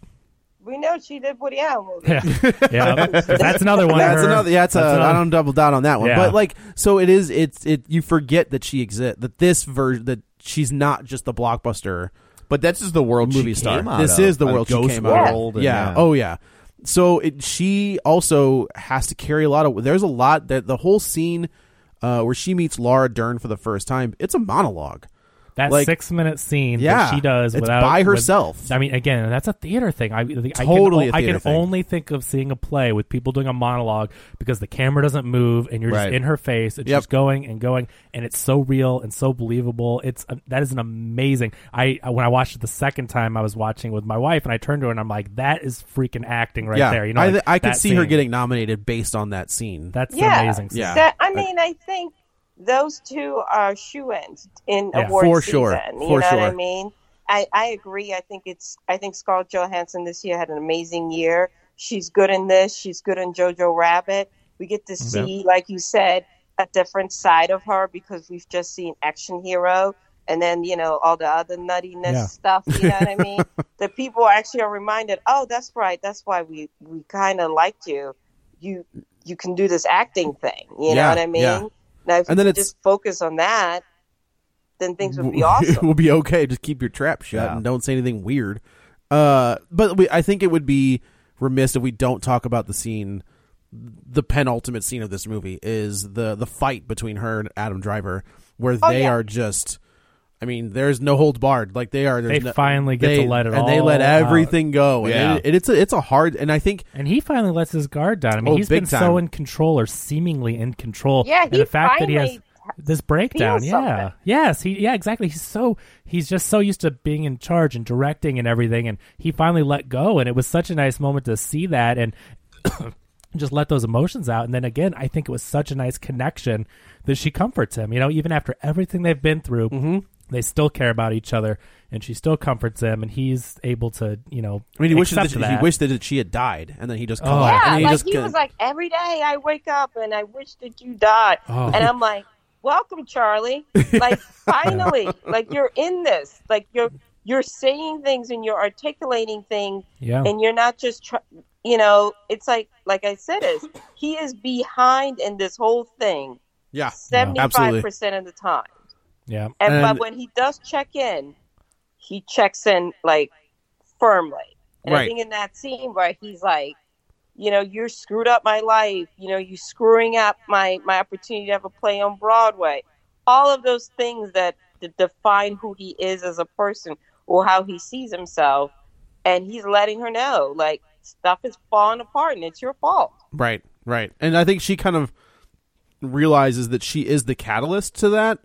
Speaker 4: we know she did Woody Allen movies.
Speaker 3: yeah, yeah. That's another one. of
Speaker 2: That's
Speaker 3: her-
Speaker 2: another. Yeah, that's, a.
Speaker 3: another-
Speaker 2: I don't double down on that one.
Speaker 3: Yeah.
Speaker 2: But like, so it is. It's it. You forget that she exists. That this version. That she's not just the blockbuster.
Speaker 1: But this is the world
Speaker 2: movie
Speaker 1: she
Speaker 2: star.
Speaker 1: Came out
Speaker 2: this
Speaker 1: of.
Speaker 2: is the
Speaker 1: Uh,
Speaker 2: world
Speaker 1: Ghost
Speaker 2: she came out.
Speaker 1: world.
Speaker 2: of.
Speaker 1: and,
Speaker 2: Yeah. Oh yeah. So it, she also has to carry a lot of. There's a lot that the whole scene uh, where she meets Laura Dern for the first time. It's a monologue.
Speaker 3: That
Speaker 2: Like-
Speaker 3: six minute scene
Speaker 2: Yeah,
Speaker 3: that she does
Speaker 2: it's
Speaker 3: without
Speaker 2: by
Speaker 3: with-
Speaker 2: herself.
Speaker 3: I mean, again, that's a theater thing. I
Speaker 2: Totally a
Speaker 3: I can, I
Speaker 2: theater
Speaker 3: can
Speaker 2: thing.
Speaker 3: only think of seeing a play with people doing a monologue because the camera doesn't move and you're
Speaker 1: Right.
Speaker 3: just in her face and
Speaker 2: Yep.
Speaker 3: she's going and going and it's so real and so believable. It's uh, that is an amazing. I when I watched it the second time, I was watching with my wife and I turned to her and I'm like, that is freaking acting right
Speaker 2: yeah.
Speaker 3: there. You know,
Speaker 2: I,
Speaker 3: like,
Speaker 2: th- I could
Speaker 3: that
Speaker 2: see her
Speaker 3: scene.
Speaker 2: getting nominated based on that scene.
Speaker 3: That's the
Speaker 4: Yeah.
Speaker 3: amazing. Scene.
Speaker 2: Yeah.
Speaker 4: That- I mean, I think those two are shoe ins in
Speaker 3: Yeah.
Speaker 4: award
Speaker 2: For sure.
Speaker 4: season. You
Speaker 2: For
Speaker 4: know what I
Speaker 2: sure.
Speaker 4: mean? I, I agree. I think it's I think Scarlett Johansson this year had an amazing year. She's good in this. She's good in Jojo Rabbit. We get to see, like you said, a different side of her because we've just seen action hero and then you know all the other nuttiness
Speaker 3: Yeah.
Speaker 4: stuff. You know what I mean? The people actually are reminded, oh, that's right. That's why we we kind of liked you. You you can do this acting thing. You know
Speaker 2: Yeah,
Speaker 4: what I mean?
Speaker 2: yeah.
Speaker 4: Now,
Speaker 2: And
Speaker 4: if you
Speaker 2: then
Speaker 4: could
Speaker 2: it's-
Speaker 4: just focus on that, then things would be
Speaker 2: it
Speaker 4: awesome.
Speaker 2: will be okay. Just keep your trap shut
Speaker 1: Yeah.
Speaker 2: and don't say anything weird. Uh, but we, I think it would be remiss if we don't talk about the scene, the penultimate scene of this movie is the the fight between her and Adam Driver, where they
Speaker 4: Oh, yeah.
Speaker 2: are just. I mean, there's no hold barred. Like they are. there's
Speaker 3: They
Speaker 2: no-
Speaker 3: finally get to let it
Speaker 2: and they let
Speaker 3: all out.
Speaker 2: everything go. And
Speaker 1: Yeah.
Speaker 2: it- it- it's a it's a hard and I think
Speaker 3: And he finally lets his guard down. I mean,
Speaker 2: Oh,
Speaker 3: he's been
Speaker 2: big
Speaker 3: so
Speaker 2: time.
Speaker 3: in control or seemingly in control.
Speaker 4: Yeah,
Speaker 3: and
Speaker 4: he
Speaker 3: the fact that he has
Speaker 4: finally
Speaker 3: this breakdown.
Speaker 4: feels
Speaker 3: Yeah.
Speaker 4: something.
Speaker 3: Yes, he yeah, exactly. He's so he's just so used to being in charge and directing and everything and he finally let go and it was such a nice moment to see that and just let those emotions out and then again, I think it was such a nice connection that she comforts him, you know, even after everything they've been through.
Speaker 2: Mm-hmm.
Speaker 3: They still care about each other, and she still comforts him, and he's able to, you know.
Speaker 2: I mean he wishes that,
Speaker 3: accept
Speaker 2: he wished that she had died and then he just
Speaker 3: Oh.
Speaker 2: collapsed.
Speaker 4: yeah,
Speaker 2: and he
Speaker 4: like
Speaker 2: just
Speaker 4: he
Speaker 2: ca-
Speaker 4: was like, every day I wake up and I wish that you died,
Speaker 3: Oh.
Speaker 4: and I'm like, welcome, Charlie. Like finally, like you're in this. Like you're you're saying things and you're articulating things,
Speaker 2: Oh.
Speaker 3: Yeah.
Speaker 4: and you're not just try- you know. It's like like I said, is he is behind in this whole thing
Speaker 2: yeah,
Speaker 4: seventy
Speaker 2: absolutely.
Speaker 4: five percent of the time.
Speaker 3: yeah.
Speaker 4: And,
Speaker 2: And-
Speaker 4: but when he does check in, he checks in like firmly. And
Speaker 2: Right.
Speaker 4: I think in that scene where he's like, you know, you're screwed up my life. You know, you screwing up my my opportunity to have a play on Broadway. All of those things that, that define who he is as a person or how he sees himself. And he's letting her know, like stuff is falling apart and it's your fault.
Speaker 2: Right, right. And I think she kind of realizes that she is the catalyst to that,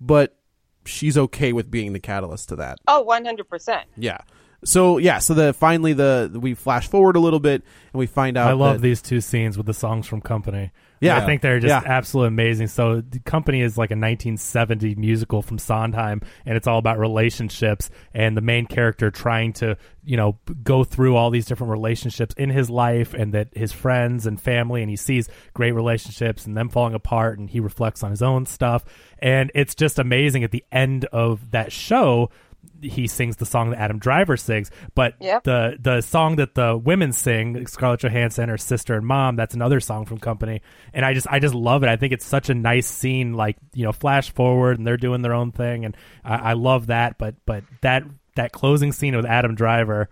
Speaker 2: but she's okay with being the catalyst to that.
Speaker 4: Oh, 100%.
Speaker 2: Yeah. So yeah, so the finally the we flash forward a little bit and we find out
Speaker 3: I love
Speaker 2: that,
Speaker 3: these two scenes with the songs from Company.
Speaker 2: Yeah.
Speaker 3: I think they're just
Speaker 2: Yeah.
Speaker 3: absolutely amazing. So, the Company is like a 1970 musical from Sondheim, and it's all about relationships and the main character trying to, you know, b- go through all these different relationships in his life and that his friends and family, and he sees great relationships and them falling apart, and he reflects on his own stuff. And it's just amazing at the end of that show. He sings the song that Adam Driver sings, but
Speaker 4: Yep.
Speaker 3: the the the song that the women sing, Scarlett Johansson, her sister and mom. That's another song from Company, and I just I just love it. I think it's such a nice scene, like you know, flash forward and they're doing their own thing, and I, I love that. But but that that closing scene with Adam Driver,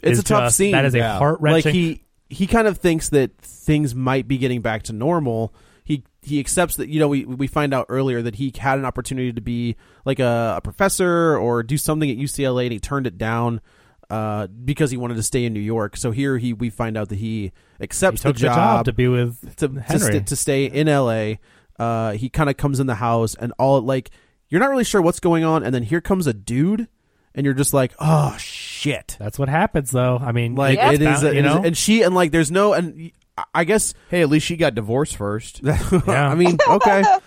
Speaker 2: it's
Speaker 3: is
Speaker 2: a tough
Speaker 3: just-
Speaker 2: scene.
Speaker 3: That is a heart wrenching.
Speaker 2: Like he he kind of thinks that things might be getting back to normal. He he accepts that you know we we find out earlier that he had an opportunity to be like a, a professor or do something at UCLA and he turned it down uh, because he wanted to stay in New York. So here he we find out that he accepts
Speaker 3: took
Speaker 2: the job
Speaker 3: to be with
Speaker 2: to to,
Speaker 3: Henry.
Speaker 2: st- to stay in LA. Uh, he kind of comes in the house and all like you're not really sure what's going on, and then here comes a dude, and you're just like, oh shit.
Speaker 3: that's what happens, though. I mean,
Speaker 2: Like
Speaker 4: Yeah.
Speaker 2: it is,
Speaker 3: you
Speaker 2: it is-
Speaker 3: know.
Speaker 2: and she and like there's no, and y- I guess
Speaker 1: Hey, at least she got divorced first.
Speaker 2: I mean okay, uh,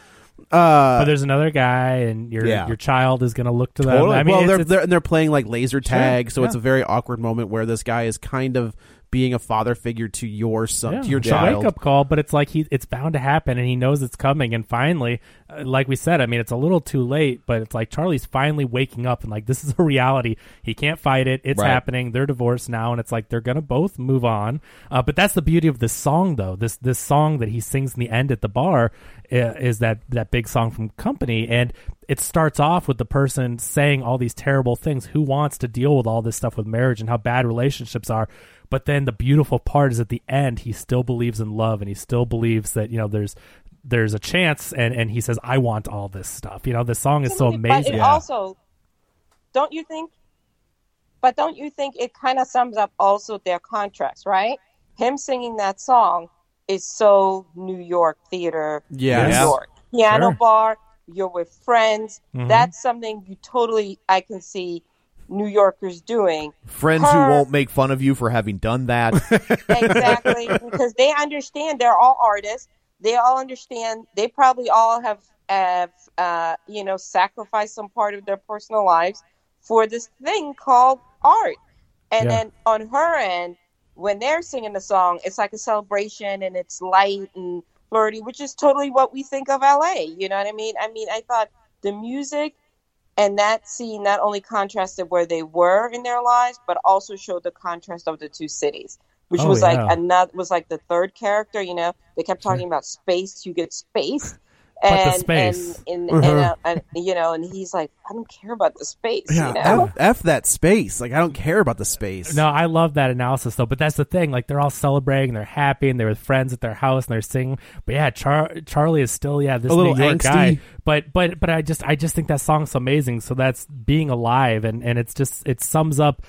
Speaker 3: but there's another guy, and your
Speaker 1: Yeah.
Speaker 3: your child is going to look to them.
Speaker 2: totally.
Speaker 3: I mean,
Speaker 2: well
Speaker 3: it's-
Speaker 2: they're,
Speaker 3: it's-
Speaker 2: they're and they're playing like laser tag, so it's
Speaker 3: yeah.
Speaker 2: a very awkward moment where this guy is kind of being a father figure to your son,
Speaker 3: Yeah,
Speaker 2: to your
Speaker 3: it's a
Speaker 2: child.
Speaker 3: wake up call, but it's like he it's bound to happen, and he knows it's coming. And finally, uh, like we said, I mean, it's a little too late, but it's like Charlie's finally waking up, and like this is a reality. He can't fight it. It's
Speaker 1: Right.
Speaker 3: happening. They're divorced now, and it's like they're gonna both move on. Uh, but that's the beauty of this song, though. This this song that he sings in the end at the bar uh, is that that big song from Company, and it starts off with the person saying all these terrible things. Who wants to deal with all this stuff with marriage and how bad relationships are? But then the beautiful part is at the end, he still believes in love and he still believes that, you know, there's there's a chance and, and he says, I want all this stuff. You know, the song is so
Speaker 4: Absolutely, But
Speaker 3: amazing.
Speaker 4: it also, don't you think? But don't you think it kind of sums up also their contracts, right? Him singing that song is so New York theater,
Speaker 2: Yes.
Speaker 4: New
Speaker 2: Yeah.
Speaker 4: York piano
Speaker 3: Sure. Mm-hmm.
Speaker 4: bar. You're with friends. That's something you totally I can see New Yorkers doing
Speaker 1: Friends
Speaker 4: Her-
Speaker 1: who won't make fun of you for having done that.
Speaker 4: exactly because they understand they're all artists they all understand they probably all have have uh, you know sacrificed some part of their personal lives for this thing called art and
Speaker 3: Yeah.
Speaker 4: then on her end when they're singing the song it's like a celebration and it's light and flirty which is totally what we think of la you know what i mean i mean i thought the music and that scene not only contrasted where they were in their lives but also showed the contrast of the two cities which
Speaker 3: Oh,
Speaker 4: was
Speaker 3: yeah.
Speaker 4: like another was like the third character. You know, they kept talking about space. You get space.
Speaker 3: the
Speaker 4: And,
Speaker 3: space.
Speaker 4: and and, and,
Speaker 2: Uh-huh.
Speaker 4: uh, and you know, and he's like, I don't care about the space.
Speaker 2: Yeah,
Speaker 4: you know?
Speaker 2: F, F that space. Like I don't care about the space.
Speaker 3: No, I love that analysis though. But that's the thing; like they're all celebrating, and they're happy, and they're with friends at their house, and they're singing. But yeah, Char- Charlie is still yeah this
Speaker 2: A little
Speaker 3: New York
Speaker 2: angsty.
Speaker 3: guy. But but but I just I just think that song's amazing. So that's being alive, and and it's just it sums up.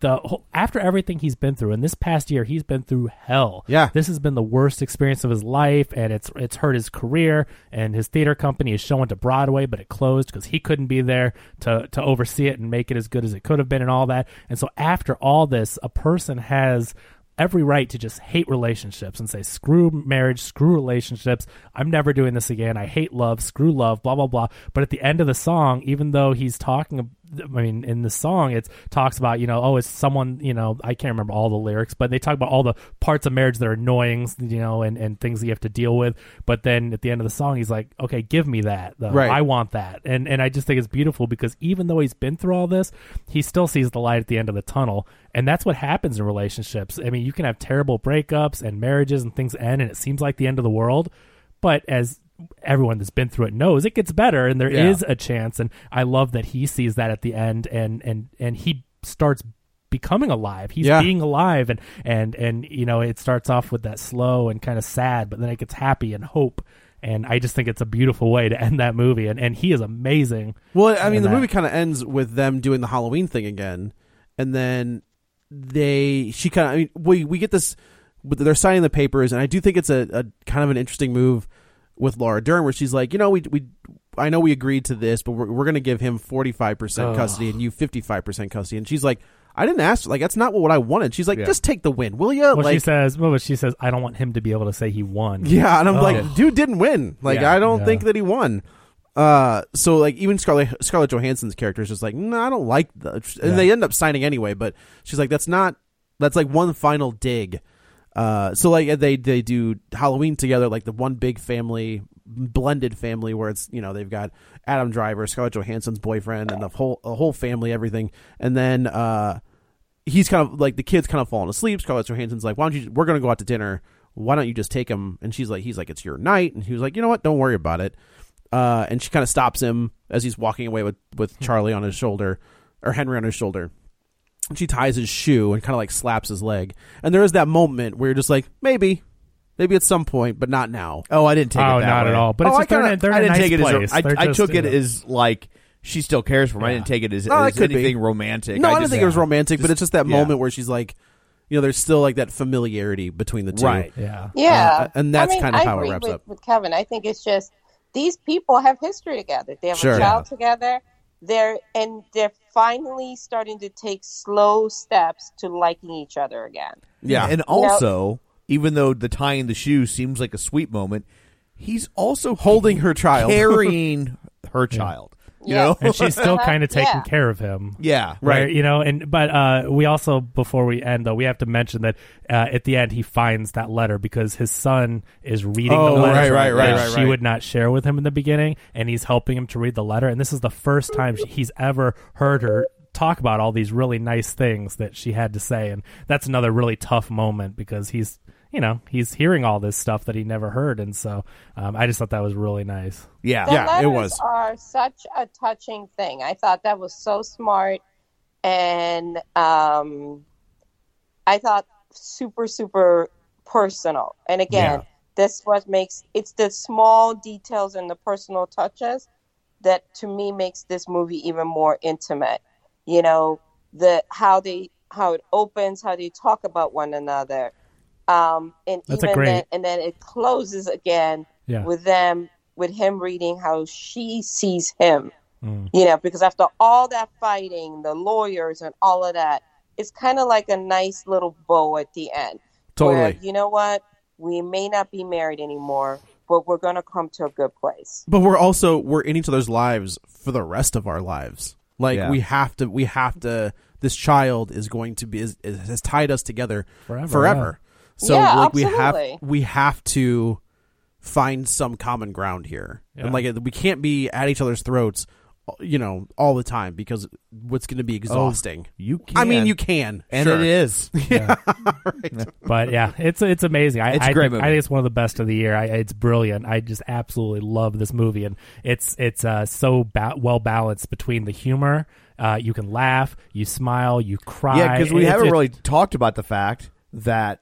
Speaker 3: The whole, after everything he's been through, and this past year he's been through hell.
Speaker 2: Yeah.
Speaker 3: this has been the worst experience of his life, and it's it's hurt his career. And his theater company is showing to Broadway, but it closed because he couldn't be there to to oversee it and make it as good as it could have been, and all that. And so after all this, a person has every right to just hate relationships and say screw marriage screw relationships i'm never doing this again i hate love screw love blah blah blah but at the end of the song even though he's talking i mean in the song it talks about you know oh it's someone you know i can't remember all the lyrics but they talk about all the parts of marriage that are annoying you know and, and things that you have to deal with but then at the end of the song he's like okay give me that though.
Speaker 2: Right.
Speaker 3: i want that and and i just think it's beautiful because even though he's been through all this he still sees the light at the end of the tunnel and that's what happens in relationships i mean you can have terrible breakups and marriages and things end and it seems like the end of the world but as everyone that's been through it knows it gets better and there is
Speaker 2: Yeah.
Speaker 3: a chance and i love that he sees that at the end and and and he starts becoming alive he's
Speaker 2: Yeah.
Speaker 3: being alive and and and you know it starts off with that slow and kind of sad but then it gets happy and hope and i just think it's a beautiful way to end that movie and and he is amazing
Speaker 2: Well, I mean,
Speaker 3: And
Speaker 2: the
Speaker 3: that-
Speaker 2: movie kind of ends with them doing the Halloween thing again, and then they she kind of I mean we we get this but they're signing the papers, and I do think it's a, a kind of an interesting move with Laura Dern where she's like, you know, we we I know we agreed to this, but we're we're gonna give him forty five percent custody and you fifty five percent custody, and she's like. I didn't ask. Like that's not what I wanted. She's like, just take the win, will you?
Speaker 3: well
Speaker 2: like,
Speaker 3: she says well but she says i don't want him to be able to say he won Oh.
Speaker 2: yeah, and I'm like, dude didn't win. Like,
Speaker 3: Yeah,
Speaker 2: I don't
Speaker 3: yeah.
Speaker 2: think that he won. Uh, so like even Scarlett Scarlett Johansson's character is just like, no, I don't like the, and they end up signing anyway. But she's like, that's not, that's like one final dig. Uh, so like they they do Halloween together, like the one big family blended family where it's you know they've got Adam Driver, Scarlett Johansson's boyfriend, and the whole a whole family, everything, and then uh he's kind of like the kid's kind of falling asleep. Scarlett Johansson's like, "Why don't you? We're gonna go out to dinner. Why don't you just take him?" And she's like, "He's like, it's your night." And he was like, "You know what? Don't worry about it." Uh, and she kind of stops him as he's walking away with
Speaker 1: Hmm.
Speaker 2: with Charlie on his shoulder or Henry on his shoulder. And she ties his shoe and kind of like slaps his leg. And there is that moment where you're just like, maybe, maybe at some point, but not now.
Speaker 1: Oh, I didn't take
Speaker 3: Oh,
Speaker 1: it that
Speaker 3: not
Speaker 1: way.
Speaker 3: at all. But
Speaker 1: Oh,
Speaker 3: it's
Speaker 1: I
Speaker 3: just they're in
Speaker 1: kinda-
Speaker 3: a- they're in
Speaker 1: I
Speaker 3: a
Speaker 1: didn't
Speaker 3: nice
Speaker 1: take it as.
Speaker 3: place.
Speaker 1: I,
Speaker 3: They're
Speaker 1: I
Speaker 3: just,
Speaker 1: took
Speaker 3: you
Speaker 1: it
Speaker 3: know.
Speaker 1: as like she still cares for him. I didn't take it as,
Speaker 2: No, that
Speaker 1: as
Speaker 2: could be.
Speaker 1: anything romantic.
Speaker 2: No, I,
Speaker 1: I,
Speaker 2: don't
Speaker 1: just-
Speaker 2: think it was romantic, but
Speaker 1: Just-
Speaker 2: it's just that
Speaker 1: yeah.
Speaker 2: moment where she's like, you know, there's still like that familiarity between the two.
Speaker 1: Right.
Speaker 3: yeah
Speaker 4: Yeah,
Speaker 2: Uh, and that's
Speaker 4: I mean,
Speaker 2: kind of
Speaker 4: I
Speaker 2: how it
Speaker 4: agree
Speaker 2: wraps
Speaker 4: with,
Speaker 2: up.
Speaker 4: With Kevin, I think it's just these people have history together. They have
Speaker 2: Sure.
Speaker 4: a child together. They're and they're finally starting to take slow steps to liking each other again.
Speaker 2: Yeah.
Speaker 1: And also, even though the tying the shoe seems like a sweet moment, he's also
Speaker 2: Holding her child.
Speaker 1: carrying her child. You
Speaker 4: Yeah.
Speaker 1: know,
Speaker 3: and she's still
Speaker 4: Uh-huh,
Speaker 3: kind of taking
Speaker 4: yeah.
Speaker 3: care of him
Speaker 1: yeah,
Speaker 3: Where, you know and but uh we also before we end though we have to mention that uh at the end he finds that letter because his son is reading
Speaker 2: Oh,
Speaker 3: the
Speaker 2: right,
Speaker 3: letter
Speaker 2: right, right,
Speaker 3: that
Speaker 2: right,
Speaker 3: she
Speaker 2: right.
Speaker 3: would not share with him in the beginning and he's helping him to read the letter and this is the first time she- he's ever heard her talk about all these really nice things that she had to say and that's another really tough moment because he's you know he's hearing all this stuff that he never heard and so um, i just thought that was really nice
Speaker 1: yeah,
Speaker 4: The
Speaker 2: Yeah, it
Speaker 4: letters
Speaker 2: was.
Speaker 4: Are such a touching thing. I thought that was so smart, and um, I thought super super personal. And again, this what makes it's the small details and the personal touches that to me makes this movie even more intimate. You know the how they how it opens, how they talk about one another, um, and
Speaker 3: That's a
Speaker 4: even
Speaker 3: great-
Speaker 4: then, and then it closes again
Speaker 3: yeah
Speaker 4: with them with him reading how she sees him
Speaker 3: Mm.
Speaker 4: you know because after all that fighting the lawyers and all of that it's kind of like a nice little bow at the end where,
Speaker 2: Totally.
Speaker 4: you know what we may not be married anymore but we're going to come to a good place
Speaker 2: but we're also we're in each other's lives for the rest of our lives like
Speaker 1: Yeah.
Speaker 2: we have to we have to this child is going to be is, is, has tied us together
Speaker 3: Forever,
Speaker 2: so
Speaker 4: Yeah,
Speaker 2: like we
Speaker 4: absolutely.
Speaker 2: have we have to find some common ground here and like we can't be at each other's throats you know, all the time because what's going to be exhausting.
Speaker 1: Oh, You
Speaker 2: I mean, you can,
Speaker 1: and
Speaker 2: sure.
Speaker 1: it is.
Speaker 3: But yeah, it's it's amazing. I,
Speaker 1: It's a
Speaker 3: I
Speaker 1: great
Speaker 3: think,
Speaker 1: movie.
Speaker 3: I think it's one of the best of the year. I, it's brilliant. I just absolutely love this movie, and it's it's uh, so ba- well balanced between the humor. Uh, you can laugh, you smile, you cry.
Speaker 1: Yeah, because we
Speaker 3: It's-
Speaker 1: haven't
Speaker 3: it's-
Speaker 1: really talked about the fact that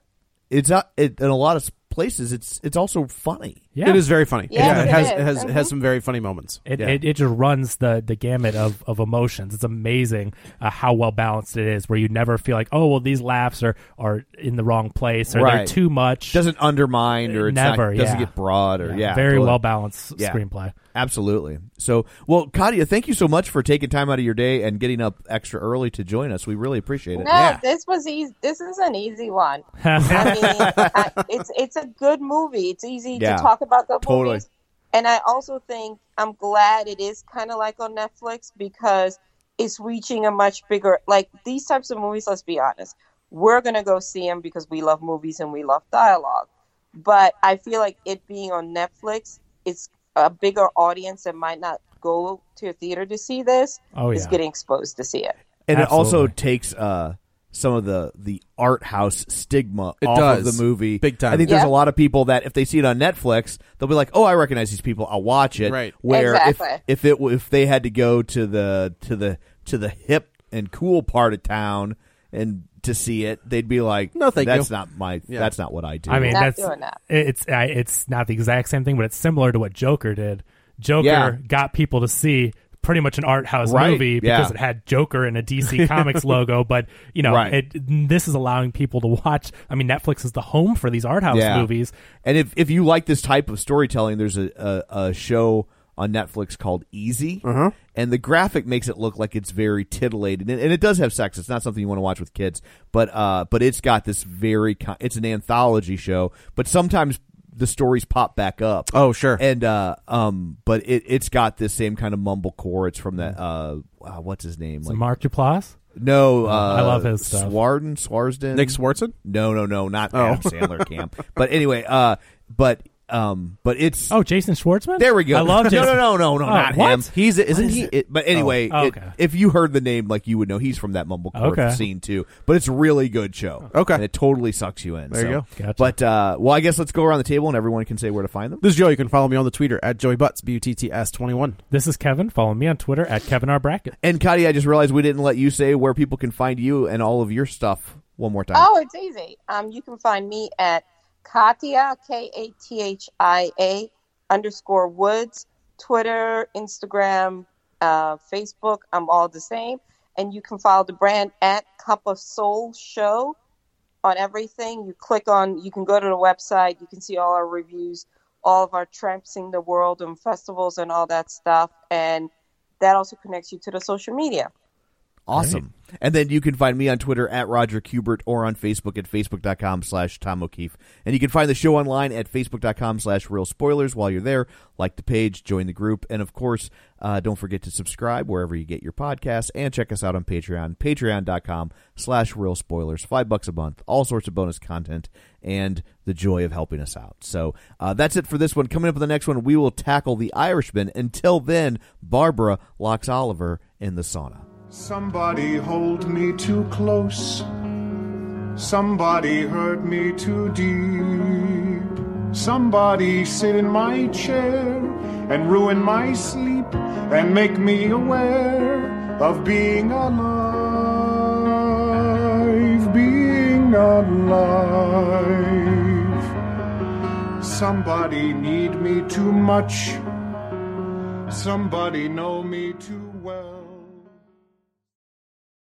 Speaker 1: it's not it, in a lot of s- places. It's it's also funny.
Speaker 3: Yeah.
Speaker 2: It is very funny.
Speaker 4: Yes,
Speaker 2: yeah, it
Speaker 4: it
Speaker 2: has
Speaker 4: is.
Speaker 2: it has, it has
Speaker 4: Mhm.
Speaker 2: some very funny moments.
Speaker 3: It,
Speaker 1: Yeah.
Speaker 3: it, it just runs the, the gamut of, of emotions. It's amazing uh, how well balanced it is, where you never feel like, oh, well, these laughs are, are in the wrong place or they're
Speaker 1: Right.
Speaker 3: too much.
Speaker 1: Doesn't undermine or it's not-
Speaker 3: Never,
Speaker 1: doesn't
Speaker 3: yeah.
Speaker 1: get broad or yeah,
Speaker 3: very
Speaker 1: totally.
Speaker 3: well balanced
Speaker 1: Yeah.
Speaker 3: screenplay.
Speaker 1: Absolutely. So, well, Katia, thank you so much for taking time out of your day and getting up extra early to join us. We really appreciate it.
Speaker 4: No, this was easy. This is an easy one. I mean, I, it's it's a good movie. It's easy
Speaker 1: Yeah,
Speaker 4: to talk about good
Speaker 1: totally.
Speaker 4: movies, and I also think I'm glad it is kind of like on Netflix because it's reaching a much bigger. Like these types of movies, let's be honest, we're gonna go see them because we love movies and we love dialogue. But I feel like it being on Netflix, it's a bigger audience that might not go to a theater to see this.
Speaker 3: Oh,
Speaker 4: is
Speaker 3: yeah.
Speaker 4: getting exposed to see it.
Speaker 1: and it also
Speaker 3: Absolutely.
Speaker 1: takes uh, some of the the art house stigma
Speaker 2: It
Speaker 1: off of
Speaker 2: does.
Speaker 1: the movie.
Speaker 2: Big time.
Speaker 1: I think
Speaker 4: Yeah.
Speaker 1: there's a lot of people that if they see it on Netflix, they'll be like, "Oh, I recognize these people. I'll watch it."
Speaker 2: Right.
Speaker 1: Where
Speaker 4: Exactly.
Speaker 1: if if it w- if they had to go to the to the to the hip and cool part of town and to see it, they'd be like,
Speaker 2: No, thank
Speaker 1: that's
Speaker 2: you."
Speaker 1: not my.
Speaker 2: Yeah.
Speaker 1: That's not what I do."
Speaker 3: I mean,
Speaker 4: Not
Speaker 3: that's
Speaker 4: doing that.
Speaker 3: it's I, it's not the exact same thing, but it's similar to what Joker did. Joker
Speaker 1: Yeah.
Speaker 3: got people to see pretty much an art house
Speaker 1: Right,
Speaker 3: movie because
Speaker 1: yeah.
Speaker 3: it had Joker and a DC Comics logo, but you know,
Speaker 1: Right.
Speaker 3: it, this is allowing people to watch. I mean, Netflix is the home for these art house
Speaker 1: Yeah.
Speaker 3: movies.
Speaker 1: And if, if you like this type of storytelling, there's a, a, a show on Netflix called Easy,
Speaker 3: Uh-huh.
Speaker 1: and the graphic makes it look like it's very titillated, and, and it does have sex. It's not something you want to watch with kids, but uh, but it's got this very ki it's an anthology show, but sometimes the stories pop back up.
Speaker 2: Oh, sure.
Speaker 1: and uh, um, but it it's got this same kind of mumblecore. It's from that uh, wow, what's his name?
Speaker 3: So Mark Duplass.
Speaker 1: no, uh,
Speaker 3: I love his stuff.
Speaker 1: Swarden, Swarsden,
Speaker 2: Nick Swartzen?
Speaker 1: no, no, no, not
Speaker 3: Oh.
Speaker 1: Adam Sandler camp. But anyway, uh, but um, but it's
Speaker 3: Oh, Jason Schwartzman.
Speaker 1: there we go.
Speaker 3: I love Jason.
Speaker 1: no, no, no, no, no,
Speaker 3: Oh,
Speaker 1: not
Speaker 3: what?
Speaker 1: him. He's isn't
Speaker 3: What is
Speaker 1: he?
Speaker 3: it?
Speaker 1: It, but anyway,
Speaker 3: Oh,
Speaker 1: it-
Speaker 3: okay.
Speaker 1: if you heard the name, like you would know, he's from that mumblecore
Speaker 3: Okay.
Speaker 1: scene too. But it's a really good show.
Speaker 2: Okay.
Speaker 1: and it totally sucks you in.
Speaker 2: There you
Speaker 1: so.
Speaker 2: go.
Speaker 3: Gotcha.
Speaker 1: But uh, well, I guess let's go around the table and everyone can say where to find them.
Speaker 2: This is Joe. You can follow me on the Twitter at Joey Butts B U T T S twenty one.
Speaker 3: This is Kevin. Follow me on Twitter at Kevin R Brackett.
Speaker 1: And Cody, I just realized we didn't let you say where people can find you and all of your stuff one more time.
Speaker 4: Oh, it's easy. Um, you can find me at Katia K A T H I A underscore Woods, Twitter, Instagram, uh, Facebook. I'm all the same, and you can follow the brand at Cup of Soul Show on everything. You click on, you can go to the website, you can see all our reviews, all of our trampsing the world and festivals and all that stuff, and that also connects you to the social media.
Speaker 1: Awesome. And then you can find me on Twitter at Roger Kubert or on Facebook at Facebook.com slash Tom O'Keefe. And you can find the show online at Facebook.com slash Real Spoilers while you're there. Like the page, join the group, and of course, uh, don't forget to subscribe wherever you get your podcasts and check us out on Patreon, patreon.com slash Real Spoilers. Five bucks a month, all sorts of bonus content, and the joy of helping us out. So uh, that's it for this one. Coming up in the next one, we will tackle The Irishman. Until then, Barbara locks Oliver in the sauna.
Speaker 5: Somebody hold me too close. Somebody hurt me too deep. Somebody sit in my chair and ruin my sleep and make me aware of being alive, being alive. Somebody need me too much. Somebody know me too well.